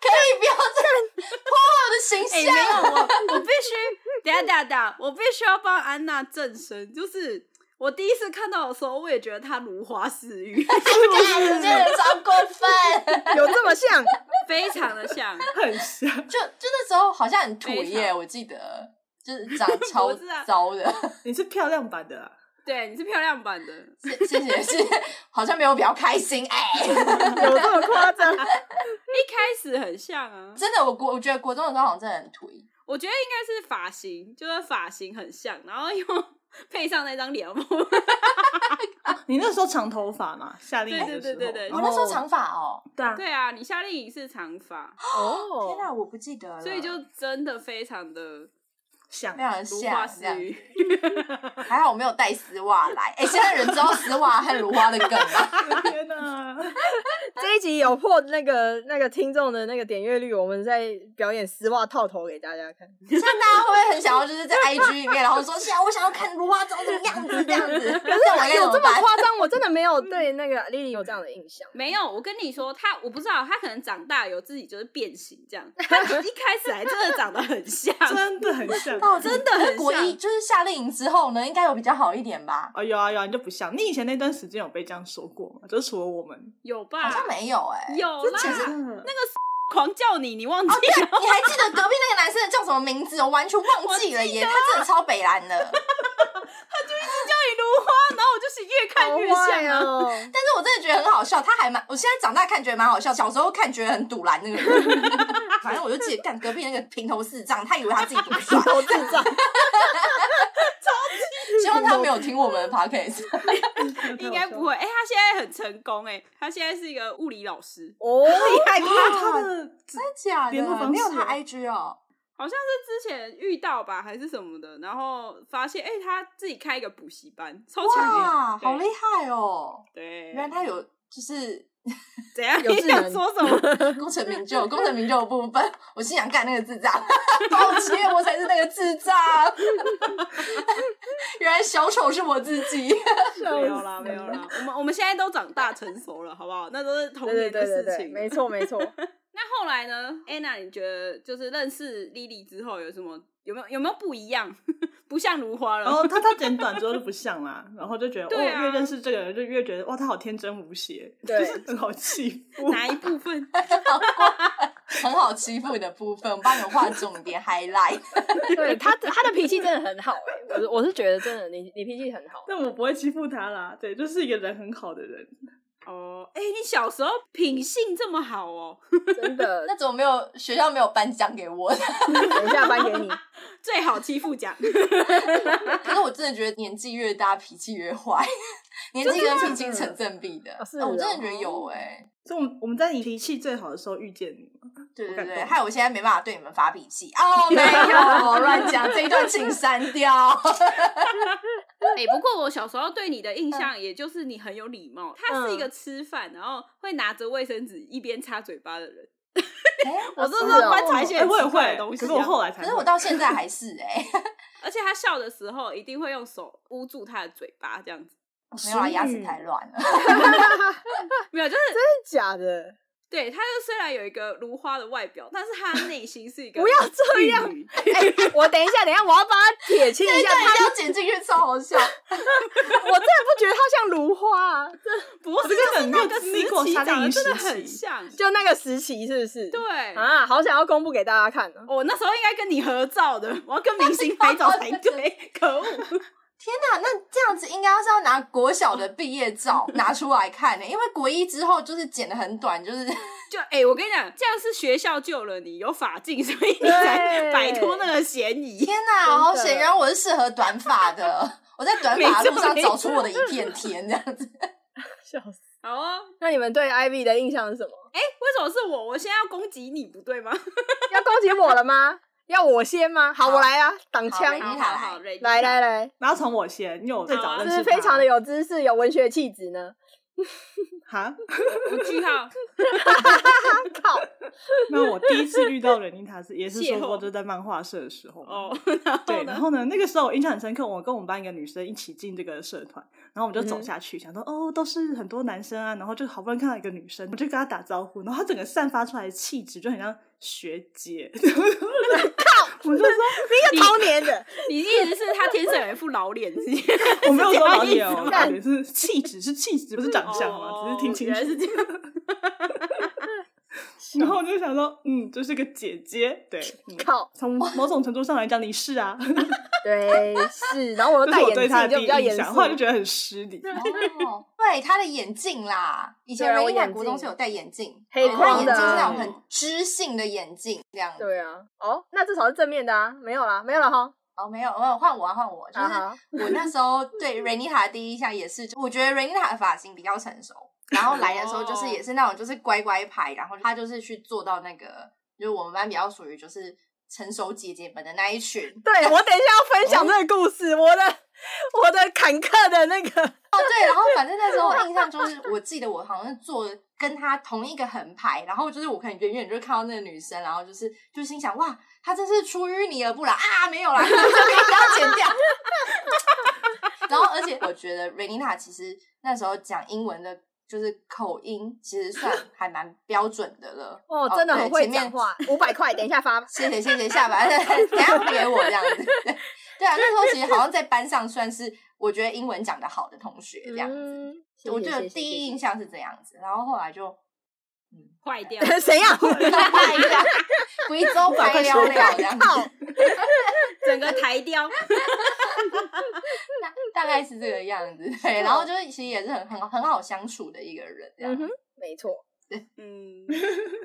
可以不要这样破坏我的形
哎、
象。
没有我，我必须等一下等一下等一下，我必须要帮安娜正身。就是我第一次看到的时候，我也觉得她如花似玉， <laughs>
干这些人超过分，
有这么像？
非常的像。
很像，
就就那时候好像很土
非
耶，
常
我记得就是长超
我知道
糟的。
<laughs> 你是漂亮版的、啊，
对，你是漂亮版的。
谢谢谢谢，好像没有比较开心哎、
有这么夸张？
一开始很像啊，
真的，我国我觉得国中的时候好像真的很颓，
我觉得应该是发型，就是发型很像，然后又 <laughs> 配上那张脸，我
你那时候长头发嘛，夏令营的时
对对
候，
对对对
我
然
那
后
时候长发哦，
对啊，
对啊，你夏令营是长发，
天
哦，
哪，我不记得了，
所以就真的非常的
像
非常
如花
像这
似
样。
玉。
还好我没有带丝袜来，哎、现在人知道丝袜和如花的
<laughs>
梗吗？
天哪，
这一集有破那个那个听众的那个点阅率，我们在表演丝袜套头给大家看。
现在大家会不会很想要就是在 IG 里面，然后说，是啊，我想要看如花长什么样子这样子，可是我该
哎
怎
有
么
这么
办？
夸张？我真的没有对那个丽丽有这样的印象。
没有，我跟你说，他我不知道，他可能长大有自己就是变形这样，他一开始还真的长得很像，
<laughs> 真的很 <laughs> 像。
到底
真的很
国一
像。
就是夏令营之后呢，应该有比较好一点吧？
啊、有啊有啊，你就不像。你以前那段时间有被这样说过吗？就是除了我们，
有
好
吧？
像没有哎、
啊有啦，
那个
狂叫你，你忘记
哦，对
了？，
你还记得隔壁那个男生的叫什么名字？我完全忘记了耶，他真的超北蓝的。
对，如花，然后我就是越看越
好坏
像啊。
哦！
但是我真的觉得很好笑，他还蛮，我现在长大看觉得蛮好笑，小时候看觉得很堵然那个人。 <laughs> 反 <laughs> 正我就记得，干隔壁那个平头四丈，他以为他自己多帅，
头智障，
他没有听我们的 podcast， <laughs>
应该不会。哎、他现在很成功、哎，他现在是一个物理老师，
哦，
厉害，看他的
真的假
联络
的？
方
你有
式
他
哦
IG 哦？
好像是之前遇到吧，还是什么的，然后发现哎、他自己开一个补习班，超强的，
哇，
对
好厉害哦！
对，
原来他有就是
怎样？
有
你
智
想
能
说什么？
功成名就，功成名就的部分，我心想干那个智障， <laughs> 抱歉，我才是那个智障。 <laughs> 原来小丑是我自己，
没有啦，没有啦，我们我们现在都长大成熟了，好不好？那都是
<laughs>
童
对对
年的
对对
事
对，
情了
没错没 <laughs> 错。
那后来呢？Anna，你觉得就是认识 Lily 之后有什么有没有有没有不一样？ <laughs> 不像如花了，
然后他他剪短之后就不像啦，然后就觉得、
对啊
哦，越认识这个人就越觉得哇，他好天真无邪，
对
就是很好欺负。
哪一部 <laughs> 分？
很好欺负的部分，我帮你们画重点 highlight。 <laughs>
对他的他的脾气真的很好哎、我是我是觉得真的你你脾气很好，
<laughs> 但我不会欺负他啦，对，就是一个人很好的人。
哦，哎，你小时候品性这么好哦，
真的 <laughs>
那，怎么没有学校没有颁奖给我？
等一下颁给你。
最好欺负 <laughs> 奖。
<laughs> 可是我真的觉得年纪越大，脾气越坏， <laughs> 年纪跟脾气成正比的。
啊是
啊我真
哦
的觉得有哎、
所以，我们我们在你脾气最好的时候遇见你嘛，
对对
感
对，
动
害我现在没办法对你们发脾气。哦，没有，乱讲，这一段请删掉。
哎、不过我小时候对你的印象，也就是你很有礼貌。他是一个吃饭，然后会拿着卫生纸一边擦嘴巴的人。我
是
这
哦
是观察一些
哎
很
我也
奇怪
会
的，东西、
可
啊。
是我后来才
可
会，
是我到现在还是哎、
而且他笑的时候一定会用手捂住他的嘴巴，这样子。
没有啊，
食
牙齿
欲
太乱了。
没有，就是
假的，
对，他就虽然有一个如花的外表，但是他内心是一个
不要这
玉
样
女。
哎、我等一下，等一下，我要帮他撇清一下，
但
他
要剪进去超好笑，
我真的不觉得他像如花、啊，
不是，
这个
就是
很
那
有
个
经
时
历过
期
夏令
长得
营
真的
时期啊
很像。
就那个时期是不是？
对，
啊，好想要公布给大家看哦。
我那时候应该跟你合照的，我要跟明星拍照才对。可恶，
那那这样子应该是要拿国小的毕业
<laughs>
照拿出来看呢、因为国一之后就是剪的很短，就是
<laughs>
就哎、我跟你讲，这样是学校救了你，有法镜，所以你才
对
摆脱那个嫌疑。
天哪、
真的
好显然我是适合短发的， <laughs> 我在短发的路上找出我的一片天，这样子。
笑死！
好哦，
那你们对 Ivy 的印象是什么？
<laughs> 为什么是我？我现在要攻击你，不对吗？
要攻击我了吗？ <laughs> 要我先吗？好，
好
我来啊，挡
好
枪
没，问题
来来，来，
然后从我先，因为我最早
好啊
认
就
识
是
他
非常的有知识、有文学气质呢。
哈。
我句
<laughs>
号。
靠，
那我第一次遇到瑞妮塔是也是
邂
说
逅
过，就在漫画社的时候嘛
哦，然后
对，
呢
然？后呢，那个时候我印象很深刻，我跟我们班一个女生一起进这个社团，然后我们就
嗯
走
哼
下去，想说哦，都是很多男生啊，然后就好不容易看到一个女生，我就跟她打招呼，然后她整个散发出来的气质就很像学姐， <laughs> 我就说
一个童年的，
你的意思是他天生有一副老脸，是
我没有说老脸
这
哦，
样
老脸是气质，是气质，不是长相嘛，只是听清
哦原来
楚
是。这样。
然后我就想说，嗯，就是个姐姐，
<laughs>
对，嗯
靠，
从某种程度上来讲，你是啊，
对，是。然后我又
<laughs> 这
戴
是我
眼
对她
镜，
的
就
第
比
一
较严
印象，
肃啊
后。来就觉得很失礼。
哦，对，他的眼镜啦，以前
对我
维尼亚
眼
国中
镜
是有戴眼镜，
黑
他的
框
眼
的
镜
啊
是那种很知性的眼镜，这样子。
对啊，哦，那至少是正面的啊，没有啦，没有了哈。
哦，没有，没有，换我啊，换我，就是
啊哈，
我那时候对瑞妮塔的第一印象也是，我觉得瑞妮塔的发型比较成熟，然后来的时候就是也是那种就是乖乖牌，然后她就是去做到那个，就是我们班比较属于就是成熟姐姐们的那一群。
对我等一下要分享这个故事，我的我的坎坷的那个，
哦，对，然后反正那时候我印象就是，我记得我好像是坐跟她同一个横排，然后就是我可能远远就看到那个女生，然后就是就心想哇，她真是出淤泥而不染啊，没有啦，这个要剪掉。 <laughs> 然后而且我觉得瑞妮塔其实那时候讲英文的。就是口音，其
<laughs>
实算还蛮标准的了。
哦，真的
对
很会
前面
讲话，五百块，等一下发吧。
谢谢谢谢下巴，等下会给我这样子。 <laughs> 对对啊，那时候其实好像在班上算是我觉得英文讲的好的同学这样子。
嗯，谢谢
我觉得
谢谢
第一
谢
印
谢
象是这样子，然后后
<laughs>
来就
坏掉，
谁 <laughs> 呀？
拍一下，贵州白聊聊这样子，
靠，
整个台雕。
大大概是这个样子。对，然后就是其实也是很很很好相处的一个人这样
哦嗯。哼，没错，
嗯，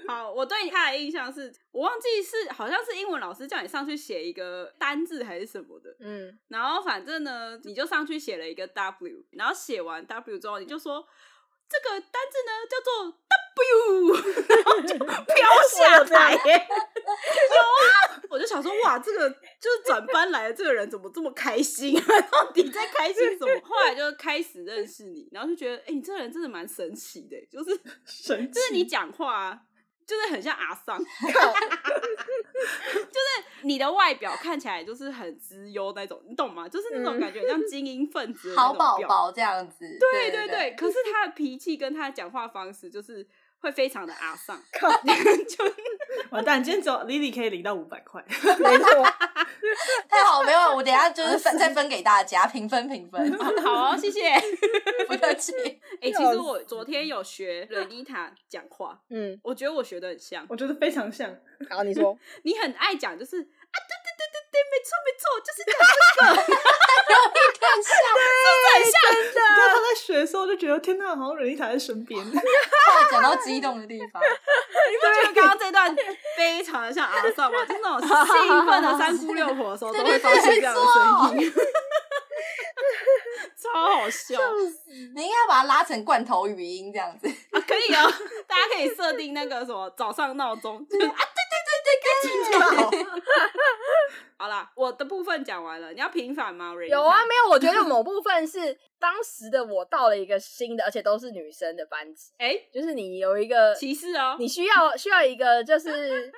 好，我对他的印象是我忘记是好像是英文老师叫你上去写一个单字还是什么的，
<laughs> 嗯，
然后反正呢你就上去写了一个 W，然后写完 W 之后你就说这个单字呢叫做 W，然 <laughs> 后就飘下台。
耶！
我就想说，哇，这个就是转班来的这个人怎么这么开心啊？ <laughs> 到底在开心什么？后来就开始认识你，然后就觉得，哎、你这个人真的蛮神奇的，就是就
<laughs> 神奇，
是你讲话、啊，就是很像阿桑， <laughs>
靠
你的外表看起来就是很资优那种，你懂吗？就是那种感觉，很像精英分子的那
好
种
宝
表
宝这样子，
对对
对
对，可是他的脾气跟他的讲话方式就是会非常的阿 <laughs> 丧，
靠，
完蛋！今天只有 Lily 可以领到五百块， <laughs>
没错，
太好，没有，我
<laughs>
等一下就是分再分给大家，平分平分， <laughs>
好、谢谢。 <laughs> 哎、
不客气。
其实我昨天有学瑞妮塔讲话，
嗯，
我觉得我学的很像。
我觉得非常像。
然后你说，
你很爱讲，就是啊，对对对对对，没错没错，就是这样，
看笑
真的很像
啊
你知道他在学的时候就觉得天呐，好像人一塔在身
<laughs>
边，
话讲到激动的地
<laughs>
方，
你不觉得刚刚这段非常的像阿萨吗？就是那种兴奋的三姑六婆的时候都会发出这样的声音， <laughs> 超好笑
你应该把它拉成罐头语音这样子。
啊！可以哦，大家可以设定那个什么早上闹钟，就是啊，对对对对对，赶紧叫。好啦，我的部分讲完了，你要平反吗？Rain？
<laughs> 有啊，没有？我觉得某部分是当时的我到了一个新的，而且都是女生的班级，
哎，
就是你有一个，
歧视哦，
你需要需要一个就是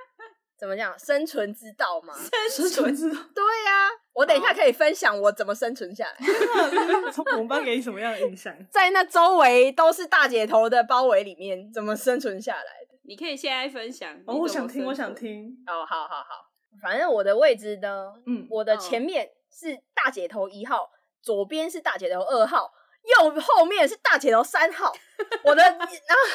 怎么讲生存之道嘛？
生存之道。
对呀、我等一下可以分享我怎么生存下来。
<laughs> 从我们班给你什么样的印象？
<laughs> 在那周围都是大姐头的包围里面，怎么生存下来的？
你可以现在分享。
哦，我想听，我想。听。
哦，好好好，反正我的位置呢，
嗯，
我的前面是大姐头一号，左边是大姐头二号，右后面是大姐头三号。
<laughs>
我的然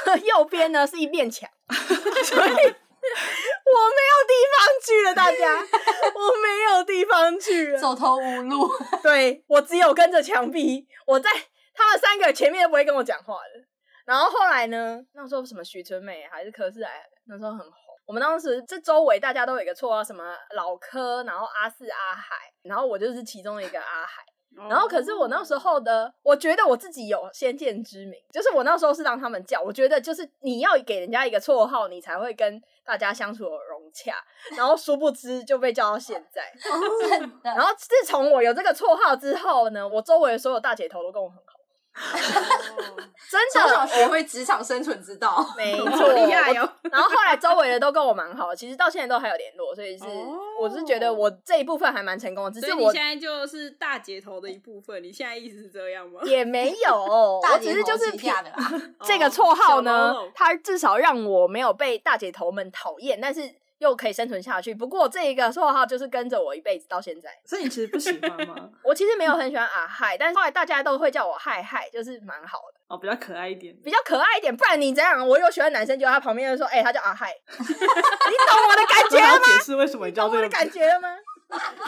后右边呢是一面墙， <laughs> 所以我没有地方去了，大家，我没有地方去了，
走投无
<laughs>
路，
对我只有跟着墙壁，我在他们三个前面都不会跟我讲话的。然后后来呢，那时候什么许纯美啊还是柯世来，那时候很红。我们当时这周围大家都有一个绰号，什么老柯，然后阿四、阿海，然后我就是其中一个阿海。然后可是我那时候的，我觉得我自己有先见之明，就是我那时候是让他们叫，我觉得就是你要给人家一个绰号，你才会跟大家相处有融洽。然后殊不知就被叫到现在，
真的
然后自从我有这个绰号之后呢，我周围的所有大姐头都跟我很好，
哦
真
从
的
小学会职场生存之道。，
没
好
错。
厉害哦哟、
我然后后来周围的都跟我蛮好，其实到现在都还有联络，所以是、
哦
我是觉得我这一部分还蛮成功的，只
所
是
以你
我
现在就是大姐头的一部分，你现在意思是这样吗？
也没有 <laughs>
<laughs>
我
大
只
姐
是就是
评价的啦，
这个绰号
哦
呢
小喽啰，
它至少让我没有被大姐头们讨厌，但是又可以生存下去。不过这一个绰号就是跟着我一辈子到现在。
所以你其实不喜欢吗？ <laughs>
我其实没有很喜欢啊嗨，但是后来大家都会叫我嗨嗨，就是蛮好的，
哦，比较可爱
<laughs>
一点。
比较可爱一点。不然你怎样？我有喜欢男生，就他旁边就说，哎、他叫啊 <laughs> 嗨，你懂我的感
我
觉 <laughs>
想
了
要
吗？
解释为什么你知道
懂
这
我
个
的感觉了吗？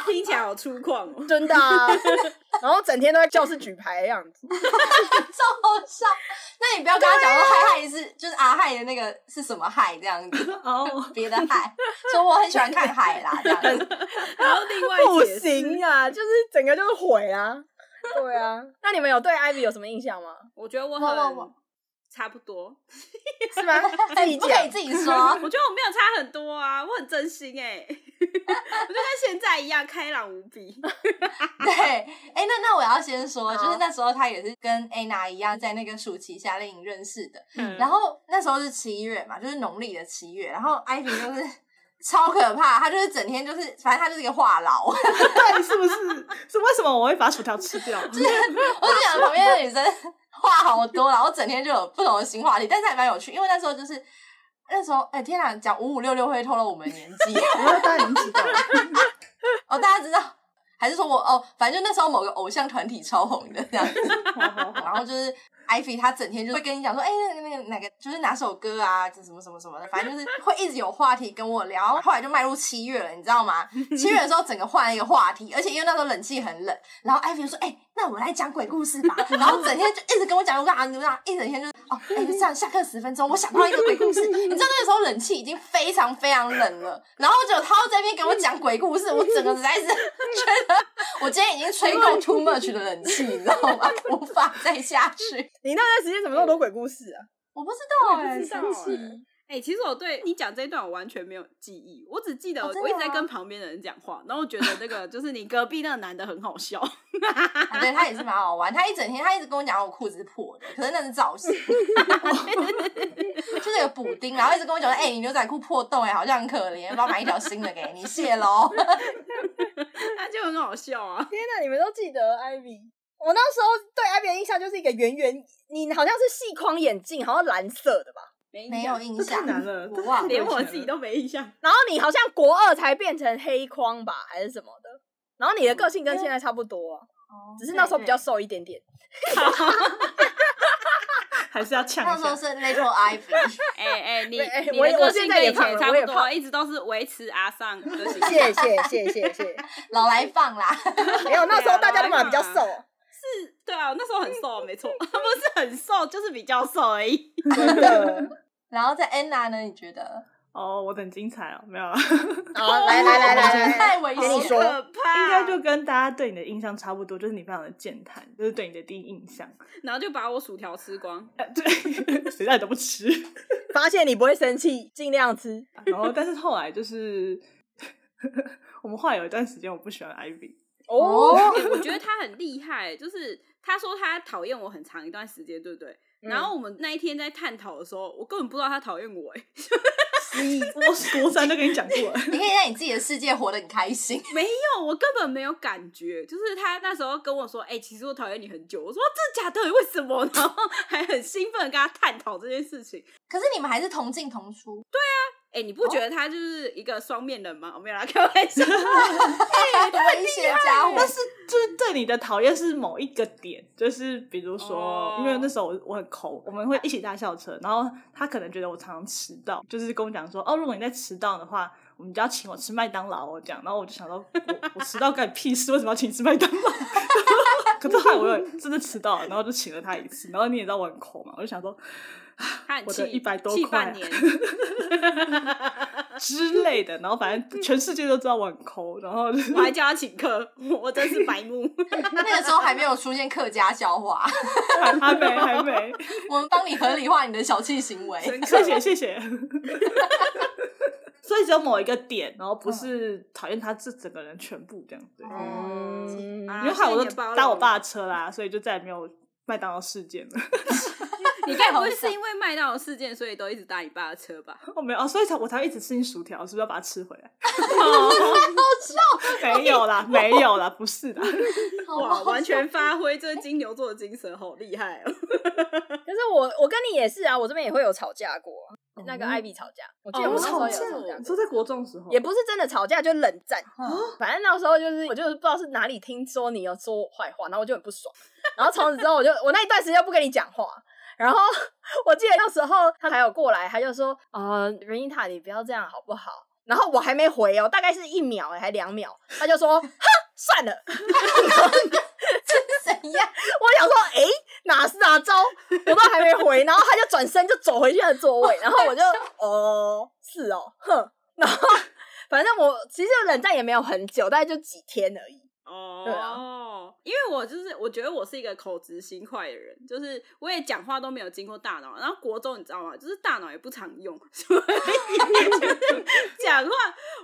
听起来好粗犷哦。
真的、啊， <laughs> 然后整天都在教室举牌的样子。
超好笑。那你不要跟他讲说嗨嗨是就是阿嗨的那个是什么嗨这样子，
哦，
别的嗨， <laughs> 说我很喜欢看海啦这样子。
<laughs> 然后另外
不
解释，
行啊，就是整个就是毁啊。对啊，那你们有对艾比有什么印象吗？
我觉得我
哇哇
很
哇
差不多，
是 <laughs> 吗？自己
哎不可以
讲，
自己说，
我觉得我没有差很多啊，我很真心哎、 <laughs> 我就跟现在一样开朗无
<laughs>
比。
对，哎、那那我要先说，就
好
是那时候他也是跟 Anna 一样，在那个暑期夏令营认识的。
<laughs>
嗯
然后那时候是七月嘛，就是农历的七月。然后 Ivy 就是 <laughs> 超可怕，他就是整天就是，反正他就是一个话痨。
对，是不是？是为什么我会把薯条吃掉？
我就想旁边的女生话好多，然后整天就有不同的新话题，但是还蛮有趣，因为那时候就是。那时候，哎、天哪，讲五五六六会透露我们的年纪
我要大家已经知道了，
哦，大家知道，还是说我哦，反正就那时候某个偶像团体超红的这样子，
好好好
然后就是艾菲，他整天就会跟你讲说，哎、那个那个哪个，就是哪首歌啊，这什么什么什么的，反正就是会一直有话题跟我聊。后来就迈入七月了，你知道吗？七月的时候，整个换了一个话题，而且因为那时候冷气很冷，然后艾菲就说，哎、那我们来讲鬼故事吧。然后整天就一直跟我讲，我讲啊，你们俩一整天就是
<laughs>
哦，哎、这样下课十分钟，我想到一个鬼故事。你知道那个时候冷气已经非常非常冷了，然后就他又在那边给我讲鬼故事，我整个实在是 <laughs> 觉得我今天已经吹够 too much 的冷气，你知道吗？无法再下去。
你那段时间怎么那么多鬼故事啊？
我不知道哎、
不知道
神
哎
奇
哎、其实我对你讲这一段我完全没有记忆，我只记得
哦
我,、
真
我
的
一直在
吗
跟旁边的人讲话，然后我觉得那
<laughs>
个就是你隔壁那个男的很好笑， <laughs>
哎
啊对他也是蛮好玩，他一整天他一直跟我讲我裤子是破的，可是那是造型，就是有补丁，然后一直跟我讲说，哎、你牛仔裤破洞哎、好像很可怜，要不要买一条新的给你？谢
<laughs>
喽。
他就很好笑啊。
天哪，你们都记得啊 Ivy？我那时候对 Ivy 的印象就是一个圆圆，你好像是细框眼镜，好像蓝色的吧？
没印
没
象
有印
这太
象，
难了，
我忘
<laughs>
了。
连我自己都没
<laughs>
印象。
然后你好像国二才变成黑框吧，还是什么的？然后你的个性跟现在差不多、啊，
哦
只是那时候比较
对。
瘦一点点。
还是要
对那
呛一
时
下。
候是 Little Ivy，
哎哎、你
哎
你
我
的
也
个
我
性
现在
跟以
也
前
胖了
差
我也
不多，
胖
一直都是维持阿尚的形象。
谢谢谢谢谢
<laughs> 老来放啦， <laughs>
谢， <laughs> 没有那时候大家都嘛比较瘦，
是，对啊，那时候很瘦，没
<laughs>
错，不是很瘦，就是比较瘦而已。
真的。
然后在 Anna 呢？你觉得？
哦，我很精彩哦，没有啦，
<laughs> 好，来来来来来，
太
来
危
跟
险
你
了
说，
好可怕，
应该就跟大家对你的印象差不多，就是你非常的健谈，就是对你的第一印象。
然后就把我薯条吃光。
呃，对，谁让你都不吃。
发现你不会生气，尽量吃。
然后，但是后来就是， <laughs> 我们后来有一段时间我不喜欢 Ivy，
哦，
欸我觉得他很厉害，就是他说他讨厌我很长一段时间，对不对？然
嗯
后我们那一天在探讨的时候，我根本不知道他讨厌我、欸，
我国三就跟你讲过了。
你可以让你自己的世界活得很开心。 <laughs>
没有，我根本没有感觉。就是他那时候跟我说：“哎、其实我讨厌你很久。”我说：“真的假的？为什么？” <laughs> 然后还很兴奋地跟他探讨这件事情。
可是你们还是同进同出，
哎、你不觉得他就是一个双面人吗？哦我没有啦，开玩笑。
哦
危险家伙
但！是就是对你的讨厌是某一个点，就是比如说，
哦
因为那时候我我很抠，我们会一起搭校车，然后他可能觉得我常常迟到，就是跟我讲说，哦，如果你再迟到的话，我们就要请我吃麦当劳哦，这样。然后我就想到，我我迟到干你屁事？为什么要请你吃麦当劳？ <laughs> 可是后来我有真的迟到了，然后就请了他一次，然后你也知道我很抠嘛，我就想说
他很
我的
气，
100多
气
块
半年。
<laughs> 之类的，然后反正全世界都知道我很抠，然后 <laughs> 就是
我还叫他请客，我真是白
<laughs>
目。
那个时候还没有出现客家笑话， <laughs>
还还没还没，
我们帮你合理化你的小气行为。
<laughs> 谢谢谢谢。所以只有某一个点，然后不是讨厌他这整个人全部这样对。
嗯，
啊
因为后来我
所以你
都
也包
搭
容
我爸的车啦，所以就再也没有麦当劳事件了。 <laughs>
你该不会是因为麦当劳事件，所以都一直搭你爸的车吧？
我没有，哦所以才我才会一直吃你薯条，是不是要把它吃回 <laughs> 来？哦
好
<laughs> 没有啦，没有啦，不是的。
<laughs>
笑，
哇，
好
完全发挥这金牛座的精神，好厉害哦！
可是我我跟你也是啊，我这边也会有吵架过，那个艾比吵架， <laughs> 我记得
哦
哦我那时候
吵
有
架
吵架过。
你说在国中的时候
也不是真的吵架，就冷战。哦
嗯
反正那时候就是我就是不知道是哪里听说你有说我坏话，然后我就很不爽。然后从此之后，我就我那一段时间不跟你讲话。然后 <laughs> 我记得那时候他还有过来，他就说：“呃，瑞妮塔，你不要这样好不好？”然后我还没回哦，大概是一秒、还两秒，他就说：“哼，算了。”
怎样？
我想说，诶，哪是哪招？我都还没回，然后他就转身就走回去他的座位，然后我就，哦，是哦，哼，然后反正我其实冷战也没有很久，大概就几天而已。对
啊
哦，因为我就是我觉得我是一个口直心快的人，就是我也讲话都没有经过大脑。然后国中你知道吗？就是大脑也不常用， <laughs> 所以就是讲话。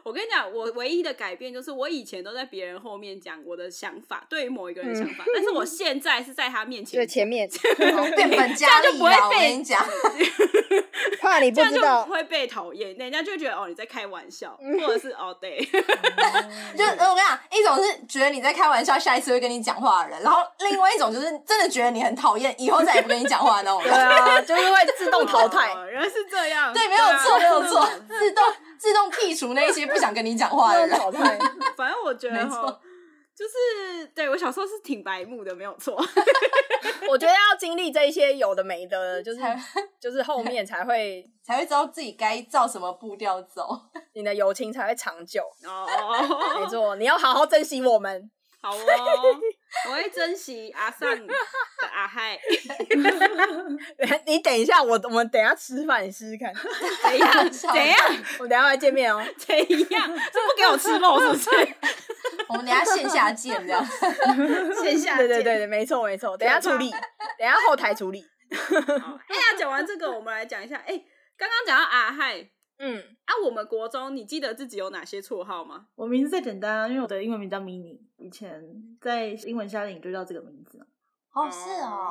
我跟你讲，我唯一的改变就是我以前都在别人后面讲我的想法，对于某一个人的想
嗯
法，但是我现在是在他面前
就
讲，
前面
<laughs> 变本加
这样就
厉啊
不会
啦！我
被
跟你讲，
怕你
这
不
样
知
就
道
不，会被讨厌，人家就会觉得哦你在开玩笑，或者是哦对。
就呃我跟你讲，一种是觉得你在开玩笑，下一次会跟你讲话的人，然后另外一种就是真的觉得你很讨厌，以后再也不跟你讲话的那种
对
人。
啊，就是会自动淘汰。
<laughs> 哦原来是这样，
<laughs> 对，没有错，
啊
没有错，自动自动剔除那一些不想跟你讲话的 <laughs>
自动
人。
淘汰，
反正我觉得
没错
齁就是对我小时候是挺白目的，没有错。 <laughs>
我觉得要经历这一些有的没的，就是
才
就是后面才会
才会知道自己该照什么步调走。
你的友情才会长久。
哦，
没错，你要好好珍惜我们。 <laughs>
好哦，我会珍惜阿善的阿嗨。
你等一下，我我们等一下吃饭，你试试看。
怎样？
笑
怎样？
我们等一下来见面哦。
怎样？是不给我吃肉是不是？
我们等一下线下见，这样。
线下
对对
见
对对，没错没错，等一下处理，等一下后台处理。
好哎呀，讲完这个，我们来讲一下。哎，刚刚讲到阿嗨
嗯，
啊，我们国中你记得自己有哪些绰号吗？
<laughs> 我名字最简单啊，因为我的英文名叫 Mini，以前在英文夏令营就叫这个名字啊。
<laughs> 哦，是哦，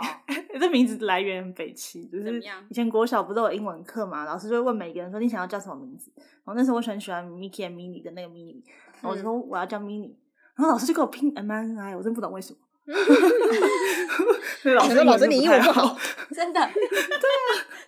这名字来源很北齐，就
怎
是
么样
以前国小不是有英文课嘛，老师就会问每个人说你想要叫什么名字。然后那时候我很喜欢 Mickey and Mini 的那个 Mini，然后我就说
嗯
我要叫 Mini，然后老师就给我拼 M I N I，我真不懂为
<laughs>
什么。所以老
想说老师
英
你
文
英文不
就不太好
好，
真 <laughs> 的。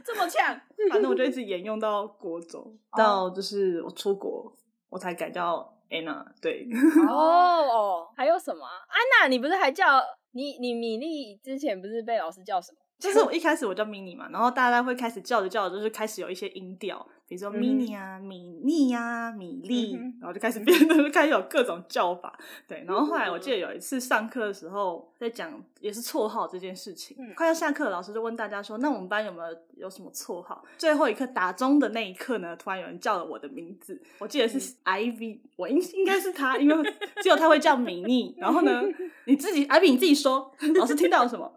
这么呛？
反正我就一直沿用到
<laughs>
国中，
哦
到就是我出国，我才改叫 Anna。对，
哦哦，还有什么啊？安娜，你不是还叫你你米粒之前不是被老师叫什么？
就是我一开始我叫 mini 嘛，然后大家会开始叫着叫着，就是开始有一些音调，比如说
嗯哼
mini 啊、米粒啊、米粒，
嗯哼
然后就开始变，就 <laughs> 开始有各种叫法。对，然后后来我
嗯
记得有一次上课的时候在讲也是绰号这件事情，
嗯
快要下课，老师就问大家说，那我们班有没有有什么绰号？最后一刻打钟的那一刻呢，突然有人叫了我的名字，我记得是
嗯
Ivy，我应应该是他，因为 <laughs> 只有他会叫米粒。然后呢，你自己 Ivy 你自己说，老师听到了什么？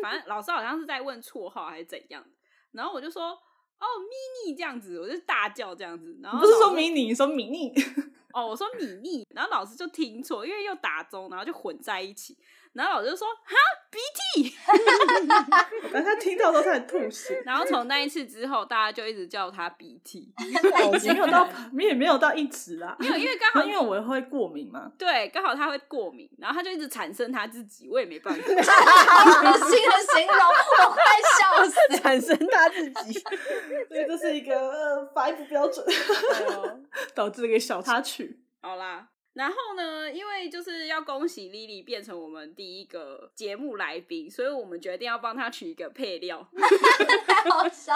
反正老师好像是在问绰号还是怎样的，然后我就说哦，mini 这样子，我就大叫这样子，然后
不是
老
说
师
迷你，你说迷 <laughs> 你，
哦，我说米粒，然后老师就听错，因为又打中，然后就混在一起，然后老师就说哈鼻涕，
我刚才听到都差点吐血。
然后从那一次之后，大家就一直叫他鼻涕，
<laughs> 我没有到，没也没有到一直啦， <laughs>
没有，因为刚好
然后因为我会过敏嘛。
对，刚好他会过敏，然后他就一直产生他自己，我也没办法。
好恶心的形容，我快笑死。
产生他自己。
<laughs> 所以这是一个呃发音不标准， <laughs> 导致了一个小插曲。
哦好啦，然后呢，因为就是要恭喜莉莉变成我们第一个节目来宾，所以我们决定要帮她取一个配料。
太好笑！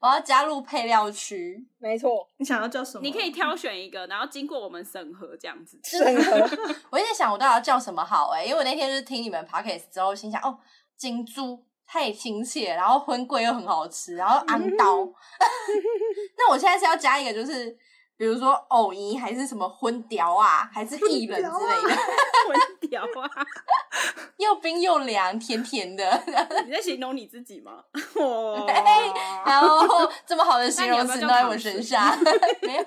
我要加入配料区，
<laughs> 没错，
你想要叫什么？
你可以挑选一个，然后经过我们审核这样子。 <laughs>
审核。
我一直在想我到底要叫什么好哎、因为我那天就是听你们 podcast 之后，心想哦，金珠太亲切，然后荤桂又很好吃，然后昂
<laughs>
刀。 <laughs> 那我现在是要加一个，就是比如说藕泥还是什么荤雕啊，还是薏仁之
啊
类的， <laughs>
混屌啊！
又冰又凉，甜甜的。
你在形容你自己吗？
<laughs>
哦，
哎然后这么好的形容
<laughs> 那
词
你
都
要不要
在
叫
我身上， <laughs> 没有。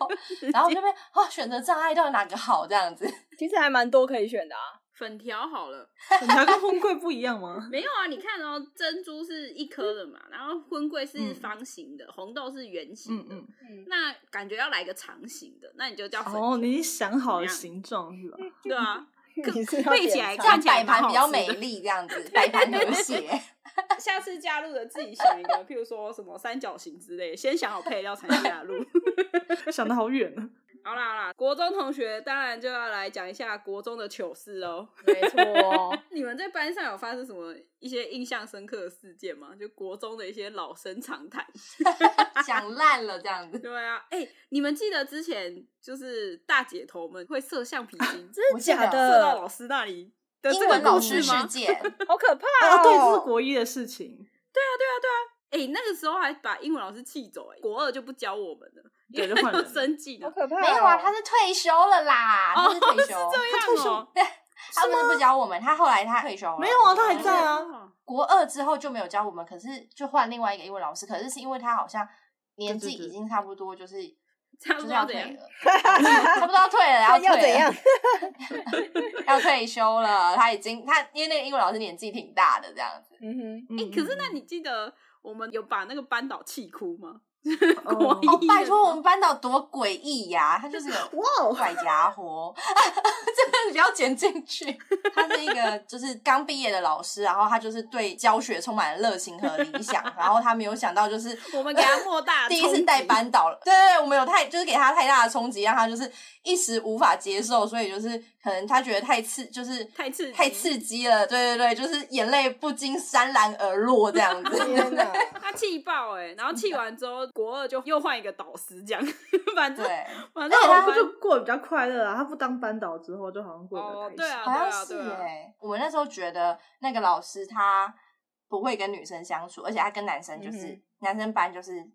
然后我就被哦，选择障碍到底哪个好这样子。
其实还蛮多可以选的啊。
<laughs> 粉条好了，
你要跟婚柜不一样吗？ <laughs>
没有啊？你看哦，珍珠是一颗的嘛，然后荤桂是
嗯
方形的，红豆是圆
嗯
形的， <laughs>
嗯。
那感觉要来个长形的，那你就叫粉条。
哦，你已经想好
怎
了
么样
形状是吧？
对啊，
嗯
你是要
背起
点
来
菜
这样
看起
摆
来蛮
盘
好
比较
吃
美
的
丽，这样
<laughs>
子摆盘和谐。
下次加入的自己想一个，譬如说什么三角形之类，先想好配料才加 <laughs> 入。
想的好远 <laughs> 呢。
好啦好啦，国中同学当然就要来讲一下国中的糗事喽。
没错，
你们在班上有发生什么一些印象深刻的事件吗？就国中的一些老生常谈。
想烂了这样子。
对啊，哎、你们记得之前就是大姐头们会射橡皮
啊
筋，啊射
真的假
我记
到
的？
老师那里的这
英
个
文老
故事
师
吗
事？件，
<laughs> 好可怕
啊，
哦！
对，这是国一的事情，
哎、那个时候还把英文老师气走、哎，国二就不教我们了，因
对
为
就换
他 <laughs>
人
都生气
好
了。
可怕哦。
没有啊，他是退休了啦，他是退休，
这样哦、
他不是不教我们，他后来他退休了，
没有啊，他还在啊。
啊，
国二之后就没有教我们，可是就换另外一个英文老师，可是是因为他好像年纪
对对对
已经差不多，就是
差不
就是
多
要
怎
退
样？哦
了，差不多要退了，然后
要怎样？
<laughs> 要退休了，他已经他因为那个英文老师年纪挺大的这样子，
嗯
哎
哎、可是那你记得我们有把那个班导气哭吗？
嗯
国 <laughs>
哦
一，
拜托我们班导多诡异呀，他就是个。
哇哦，
怪家伙， <laughs> 这个你不要剪进去。他是一个就是刚毕业的老师，然后他就是对教学充满了热情和理想，然后他没有想到就是
<laughs> 我们给他莫大的
<laughs> 第一次
冲
带
击
班导了，对对对，我们有太就是给他太大的冲击，让他就是一时无法接受，所以就是可能他觉得太刺，就是
太刺激
太刺激了，对对对，就是眼泪不禁潸然而落这样
<laughs>
<laughs>
子。
哼，天哪！
他气爆哎、然后气完之后，国二就又换一个导师这样， <laughs> 反正
对，
反正
而且
我
他
他
们
就过得比较快乐啊。他不当班导之后，就好像过得
哦
开，心。
对啊，
好
对
像
啊，
是
对啊，
哎、我们那时候觉得那个老师他不会跟女生相处，而且他跟男生就是、
嗯
男生班就是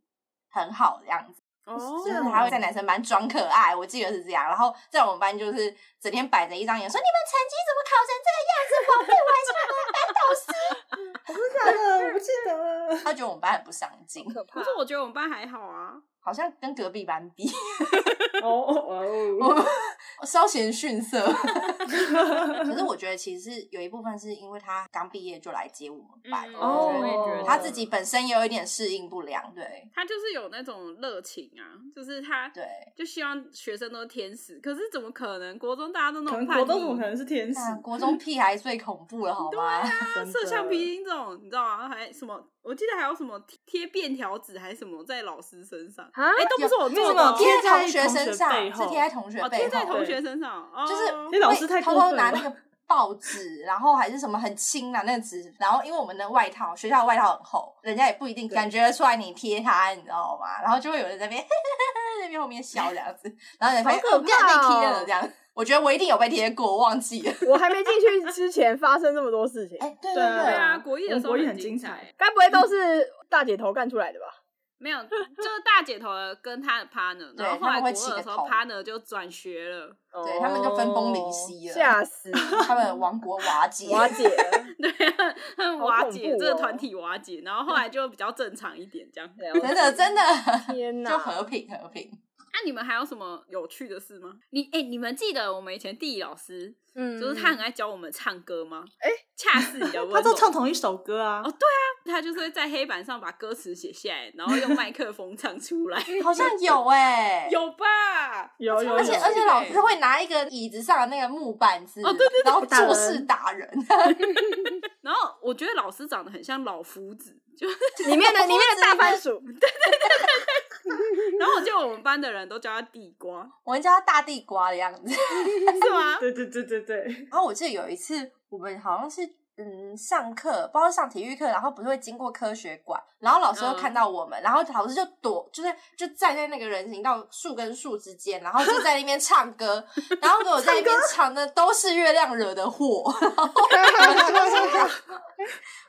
很好的样子，
哦，
就是他会在男生班装可爱，我记得是这样。然后在我们班就是整天摆着一张脸，说你们成绩怎么考成这个样子？宝贝，我还是你们班导
我
师。
真的假的？我不记得了。
他觉得我们班很不上进，
可怕
可。是我觉得我们班还好啊，
好像跟隔壁班
<laughs>
比，
哦哦
<laughs> 稍显逊色。
<laughs>
可是我觉得其实是有一部分是因为他刚毕业就来接我们班，
嗯
我觉
哦，
得
我也觉得
他自己本身也有一点适应不良，对
他就是有那种热情啊，就是他
对。
就希望学生都天使，可是怎么可能？国中大家都那
可
种
能
叛
国
逆，
中怎么可能是天使？
那国中屁孩最恐怖了，好吗？
真的
射橡皮筋这种，你知道吗？还什么？我记得还有什么贴贴便条纸还是什么在老师身上，
啊
哎、都不是我做
有
的哦，
那种
贴
贴在
同学
同学
身上，
背
是
后
贴在同学
哦，
背
贴在
后，
同学身上，哦、
就是
那老
会
师太
偷
过
偷
分
拿
了
那个报纸，然后还是什么很轻啊那个纸，然后因为我们的外套，学校的外套很厚，人家也不一定感觉得出来你贴它，你知道吗？然后就会有人在那边 <laughs> 在那边后面笑这样子，然后你发现
好可
哦，这样被
怕
贴
哦
了这样。我觉得我一定有被贴过，忘记了。
我还没进去之前发生这么多事情，
哎，对
对
对
对啊，
我
国一的
们
时候
国一很
精
精
彩
彩，
该不会都是大姐头干出来的吧？
没有，就是大姐头的跟她的 partner，
对
然后后来
他
国
们会
二
起
的
个
时候
头
partner 就转学了， <laughs>
对他们就分崩离析了
哦吓死，啊
他们王国瓦解，
瓦解了。
对，他们
好
瓦
恐
解、
怖
这个
哦
团体瓦解，然后后来就比较正常一点这样。那、
真的真的，啊
天哪
<laughs> 就和平和平。
你们还有什么有趣的事吗？你哎、你们记得我们以前地理老师，
嗯
就是他很爱教我们唱歌吗？
哎
恰似你的温柔，
他都唱同一首歌啊
哦。他就是会在黑板上把歌词写下来，然后用麦克风唱出来，
<laughs> 好像 <laughs> 有哎、
有吧？
有有有，
而且而且
对
老师会拿一个椅子上的那个木板子，
哦对对
然后
打人
做事打 <laughs> 人，
然后我觉得老师长得很像老夫子，就
里
<laughs>
面的里面的大 <laughs> 番
<laughs>
薯，
然后我记得我们班的人都叫他地瓜，
我们叫他大地瓜的样子。
是吗？
对对对对对，
然后我记得有一次，我们好像是嗯上课，不知道是上体育课，然后不是会经过科学馆，然后老师又
嗯
看到我们，然后老师就躲，就是就站在那个人行道树跟树之间，然后就在那边唱歌，然后给我在那边唱的都是月亮惹的祸， <laughs> 然后我就心想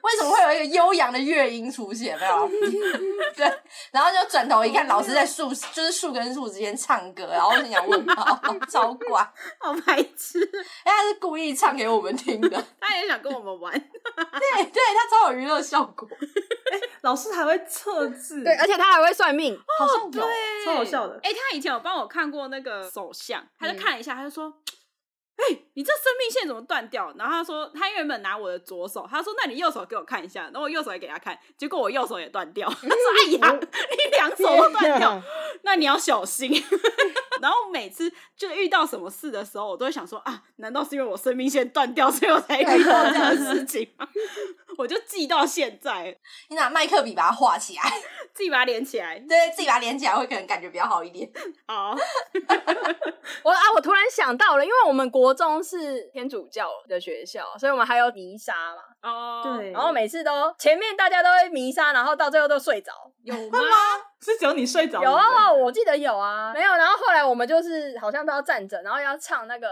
为什么会有一个悠扬的乐音出现？没有，啊 <laughs> 对，然后就转头一看，老师在树就是树跟树之间唱歌，然后我心想问号，超怪，
好白痴，
哎他是故意唱给我们听的。 <laughs>
他也想跟我们玩。
对对，它超有娱乐效果，
老师还会测字，
对，而且他还会算命，
好像有。
超好笑的嗯
哎、他以前有帮我看过那个手相，他就看了一下，他就说。哎、你这生命线怎么断掉？然后他说，他原本拿我的左手，他说，那你右手给我看一下，然后我右手也给他看，结果我右手也断掉。他
嗯
说，哎
哦
呀，你两手都
<laughs>
断掉，
啊
那你要小心。然后每次就遇到什么事的时候，我都会想说啊，难道是因为我生命线断掉，所以我才遇到这样的事情
<laughs>
吗？我就记到现在，
你拿麦克笔把它画起来， <laughs>
自己把它连起来。
对，自己把它连起来会可能感觉比较好一点。
好，
我啊，我突然想到了，因为我们国中是天主教的学校，所以我们还有弥撒嘛。
哦，
对，
然后每次都前面大家都会弥撒，然后到最后都睡着。
有吗？
是只有你睡着了，
有啊，我记得有啊，没有。然后后来我们就是好像都要站着，然后要唱那个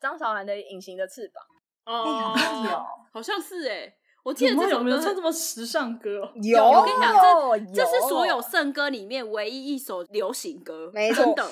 张韶涵的《隐形的翅膀
哎、好像有
哦，，
我
<laughs> 好像是哎、我记
对
得
不对。
这
有
首
没有
歌
唱
很
这么时尚歌哦？》。
有，
我跟你讲
这
这是所有圣歌里面唯一一首流行歌，
没错
真的。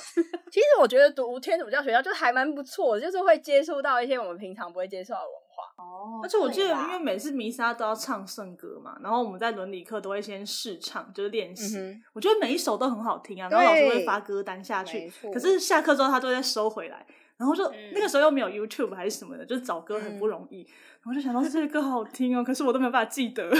其实我觉得读天主教学校就还蛮不错的，就是会接触到一些我们平常不会接触到的文化。
哦而且我
对啊
记得，
啦
因为每次弥撒都要唱圣歌嘛，然后我们在伦理课都会先试唱，就是练习。
哼，
我觉得每一首都很好听啊，
对
然后老师会发歌单下
没
去
错，
可是下课之后他都会再收回来。然后就、那个时候又没有 YouTube 还是什么的，就是找歌很不容易。然后就想到这个歌好好听哦，可是我都没有办法记得。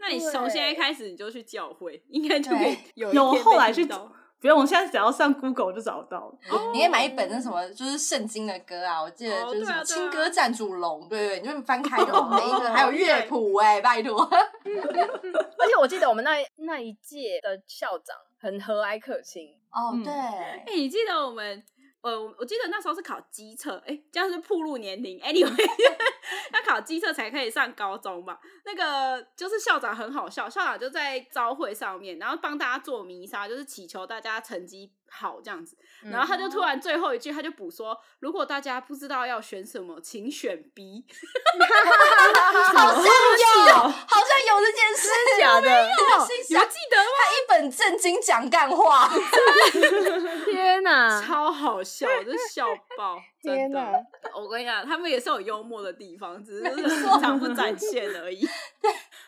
那你从现在开始你就去教会，应该就可以有一
有
天被
后来
听
去
到
不用，我现在只要上 Google 就找得到了。
你可以买一本那什么，就是圣经的歌啊，我记得就是什么
哦对啊
《
对啊
青歌赞主龙》，对对对，你就翻开就每一个，
哦
还有乐谱哎、拜托，
而且我记得我们那那一届的校长很和蔼可亲，
哦
嗯
<laughs>
对，
欸哎、你记得我们呃，我我记得那时候是考机测，哎、这样是铺路年龄。Anyway，要 <laughs> 考机测才可以上高中嘛。那个就是校长很好笑，校长就在招会上面，然后帮大家做弥撒，就是祈求大家成绩好这样子。
嗯
然后他就突然最后一句，他就补说：“如果大家不知道要选什么，请选 B。
好
<laughs>
像有， <laughs> 好像有这件事，
真假的？
你们心
你们
想
记得
他一本正经讲干话，
天哪、
吗？超好笑，我真笑爆！
啊天
真的
哪，
我跟你讲，他们也是有幽默的地方，只是就是平常不展现
<laughs>
而已。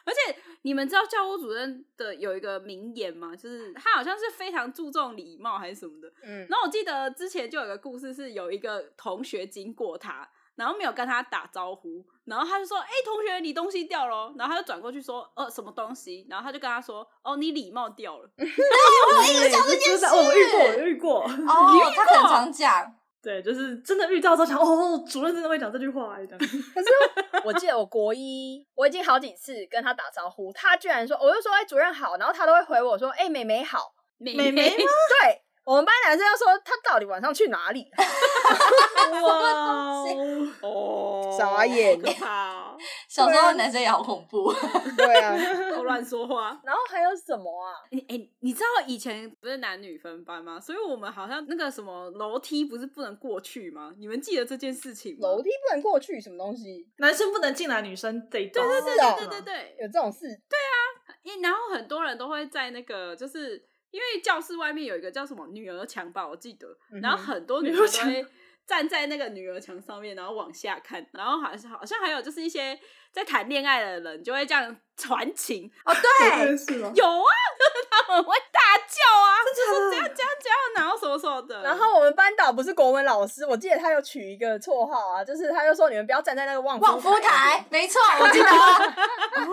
而且你们知道教务主任的有一个名言吗？就是他好像是非常注重礼貌还是什么的。
嗯，
然后我记得之前就有个故事，是有一个同学经过他，然后没有跟他打招呼，然后他就说：“哎、同学，你东西掉了哦。”然后他就转过去说：“呃，什么东西？”然后他就跟他说：“哦，你礼貌掉了。
我一直想这件事，哦我遇过，我遇过，
<laughs> 哦，他很常讲，
对，就是真的遇到之后想，哦，主任真的会讲这句话，啊这样 <laughs>
我记得我国一，我已经好几次跟他打招呼，他居然说，我就说哎、主任好，然后他都会回我说哎、妹妹好，
妹
妹妹吗
对。我们班男生要说他到底晚上去哪里？
哇哦，
哦，
傻眼
好可怕哦！
小时候的男生也好恐怖，
对啊，
都乱说 <laughs>
<laughs>
话。
然后还有什么啊？
你哎、你知道以前不是男女分班吗？所以我们好像那个什么楼梯不是不能过去吗？你们记得这件事情吗？
楼梯不能过去，什么东西？
男生不能进来女生这一对
对
对
是哦
对对对对，
有这种事？
因然后很多人都会在那个，就是因为教室外面有一个叫什么女儿墙吧，我记得，
嗯哼
然后很多女
女
生
儿
都
墙
会站在那个女儿墙上面，然后往下看，然后好像好像还有就是一些在谈恋爱的人就会这样传情，
哦，对，
是吗？ <laughs>
有啊， <laughs> 他们会大叫啊，就
真
说怎
的假的
样怎样怎样，然后什么什么的，
然后我们班导不是国文老师，我记得他有取一个绰号啊，就是他就说你们不要站在那个望
望
夫
夫台，没错，我记得啊。
是不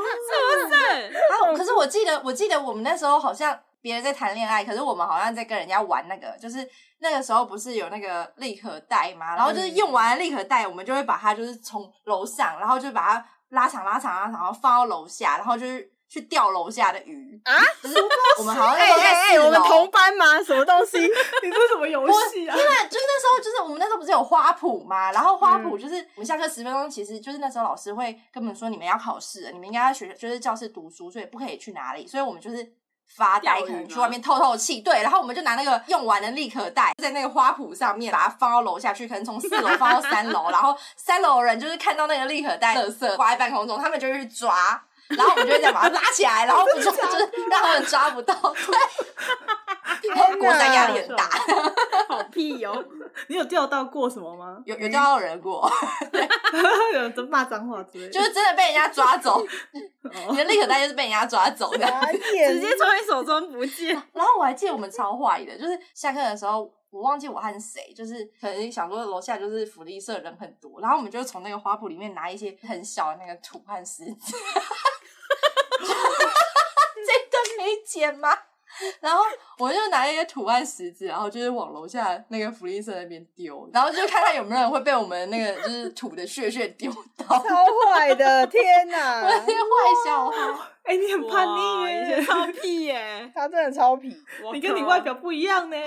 是？
啊，可是我记得，我记得我们那时候好像别人在谈恋爱，可是我们好像在跟人家玩那个，就是那个时候不是有那个立可带嘛，然后
嗯
就是用完了立可带，我们就会把它就是从楼上，然后就把它拉长、拉长、拉长，然后放到楼下，然后就是去钓楼下的鱼
啊，
就是我们好像那
哎
时候在
哎
四
哎，
楼。
我们同班吗？什么东西？
你这什么游戏啊 <laughs>
因？为就是那时候，就是我们那时候不是有花圃嘛，然后花圃就是、我们下课十分钟，其实就是那时候老师会跟我们说，你们要考试了，你们应该在学就是教室读书，所以不可以去哪里，所以我们就是。发呆，
钓鱼
可能去
吗
外面透透气，对，然后我们就拿那个用完的立可带，在那个花圃上面把它放到楼下去，可能从四楼放到三楼，然后三楼的人就是看到那个立可带，垃圾挂在半空中，他们就会去抓，然后我们就会这样把它拉起来，然后不抓就是让他们抓不到，对，然后国三压力很大，
好屁哦！
你有钓到过什么吗？ <laughs>
有有钓到人过，
有人骂脏话 <laughs> 之类的，
就是真的被人家抓走，你
哦
的立可带就是被人家抓走的。
<laughs> 傻眼
直接从你手中不见，
然后我还记得我们超坏的，就是下课的时候，我忘记我和谁，就是可能想说楼下就是福利社人很多，然后我们就从那个花圃里面拿一些很小的那个土和石子，这段没剪吗？然后我就拿一些土和石子，然后就是往楼下那个福利社那边丢，然后就看看有没有人会被我们那个就是土的屑屑丢
<laughs>
到。
超坏 <laughs> 的，天
我的
哪！
坏小孩。
哎，你很叛逆
哇以前
耶，
超屁耶！
他真的超皮，
我
<laughs> 你跟你
靠
外表不一样呢。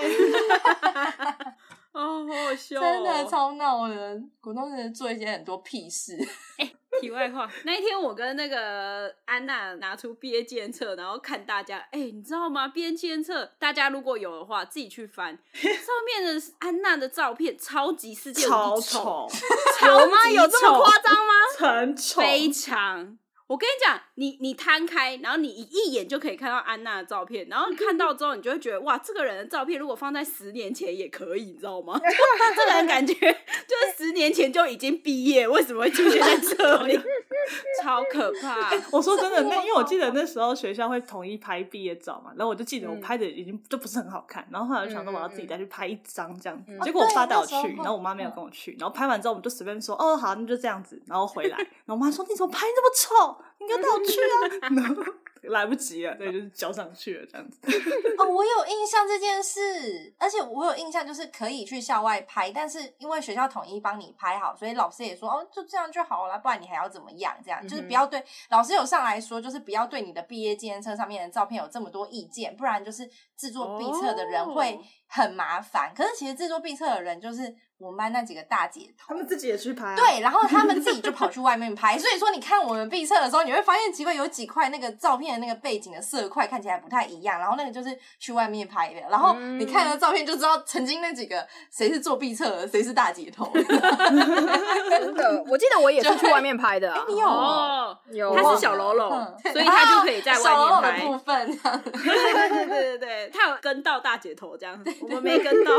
哦，好好笑、哦，
真的超闹人，股东真的做一些很多屁事， <laughs>
题外话，那一天我跟那个安娜拿出毕业纪念册，然后看大家，哎、你知道吗？毕业纪念册，大家如果有的话，自己去翻上面的安娜的照片，超级世界无
超
敌丑，
<laughs> 丑，
有吗？有这么夸张吗？
很丑，
非常。我跟你讲，你你摊开，然后你一一眼就可以看到安娜的照片，然后你看到之后，你就会觉得哇，这个人的照片如果放在十年前也可以，你知道吗？ <laughs> 这个人感觉就是十年前就已经毕业，为什么会出现在这里？ <laughs> 超可怕！
我说真的，那因为我记得那时候学校会统一拍毕业照嘛，然后我就记得我拍的已经就不是很好看，然后后来我想说我要自己再去拍一张这样子
嗯嗯，
结果我爸带我去
哦对那时，候
然后我妈没有跟我去，然后拍完之后我们就随便说哦 <laughs> 好，那就这样子，然后回来，然后我妈说你怎么拍这么丑，你应该带我去啊，然后来不及了，对，就是交上去了这样子。
哦，我有印象这件事，而且我有印象就是可以去校外拍，但是因为学校统一帮你拍好，所以老师也说哦，就这样就好了，不然你还要怎么样？这样、就是不要对老师有上来说，就是不要对你的毕业纪念册上面的照片有这么多意见，不然就是制作毕册的人会
哦
很麻烦。可是其实制作毕册的人就是我们班那几个大姐头，
<laughs> 他们自己也去拍、啊，
对，然后他们自己就跑去外面拍，所以说你看我们闭册的时候，你会发现奇怪，有几块那个照片的那个背景的色块看起来不太一样，然后那个就是去外面拍的，然后
嗯
你看了照片就知道曾经那几个谁是做闭册的，谁是大姐头。
真的，我记得我也是去外面拍的、啊
哎，你
<laughs>
有
哦，
有
他
忘
是小喽啰
嗯，
所以他就可以
<laughs>
在外面
的
拍
部。分，这样
<laughs>
子
对对对对对对，他有跟到大姐头这样，我们没跟到。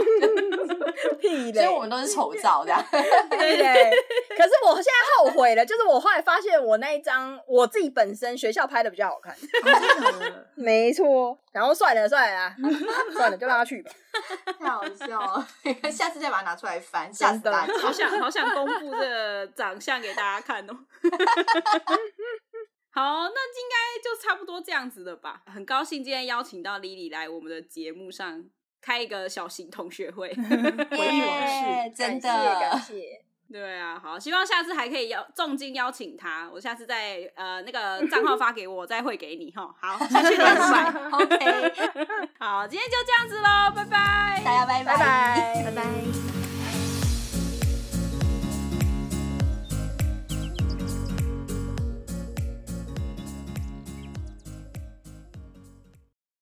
屁
所
嘞
以我们都是丑照这样。
对
<laughs>
嘞。可是我现在后悔了，就是我后来发现我那一张我自己本身学校拍的比较好
<laughs>
看，没错。然后算了算了
<laughs>
啊，算了就让他去吧。
太 <laughs> 好笑了， <laughs> 下次再把它拿出来翻，吓死
真的
大家。
好想好想公布这个长相给大家看哦。 <laughs> 好，那应该就差不多这样子了吧。很高兴今天邀请到 Lily 来我们的节目上开一个小型同学会。
<laughs> 回忆往事
耶真的。
感谢感谢，
对啊，好，希望下次还可以邀重金邀请他，我下次再呃那个账号发给我，再汇给你哈。好，谢谢你，拜
<laughs> OK，
好，今天就这样子喽，拜拜。
大家拜
拜拜。
拜拜。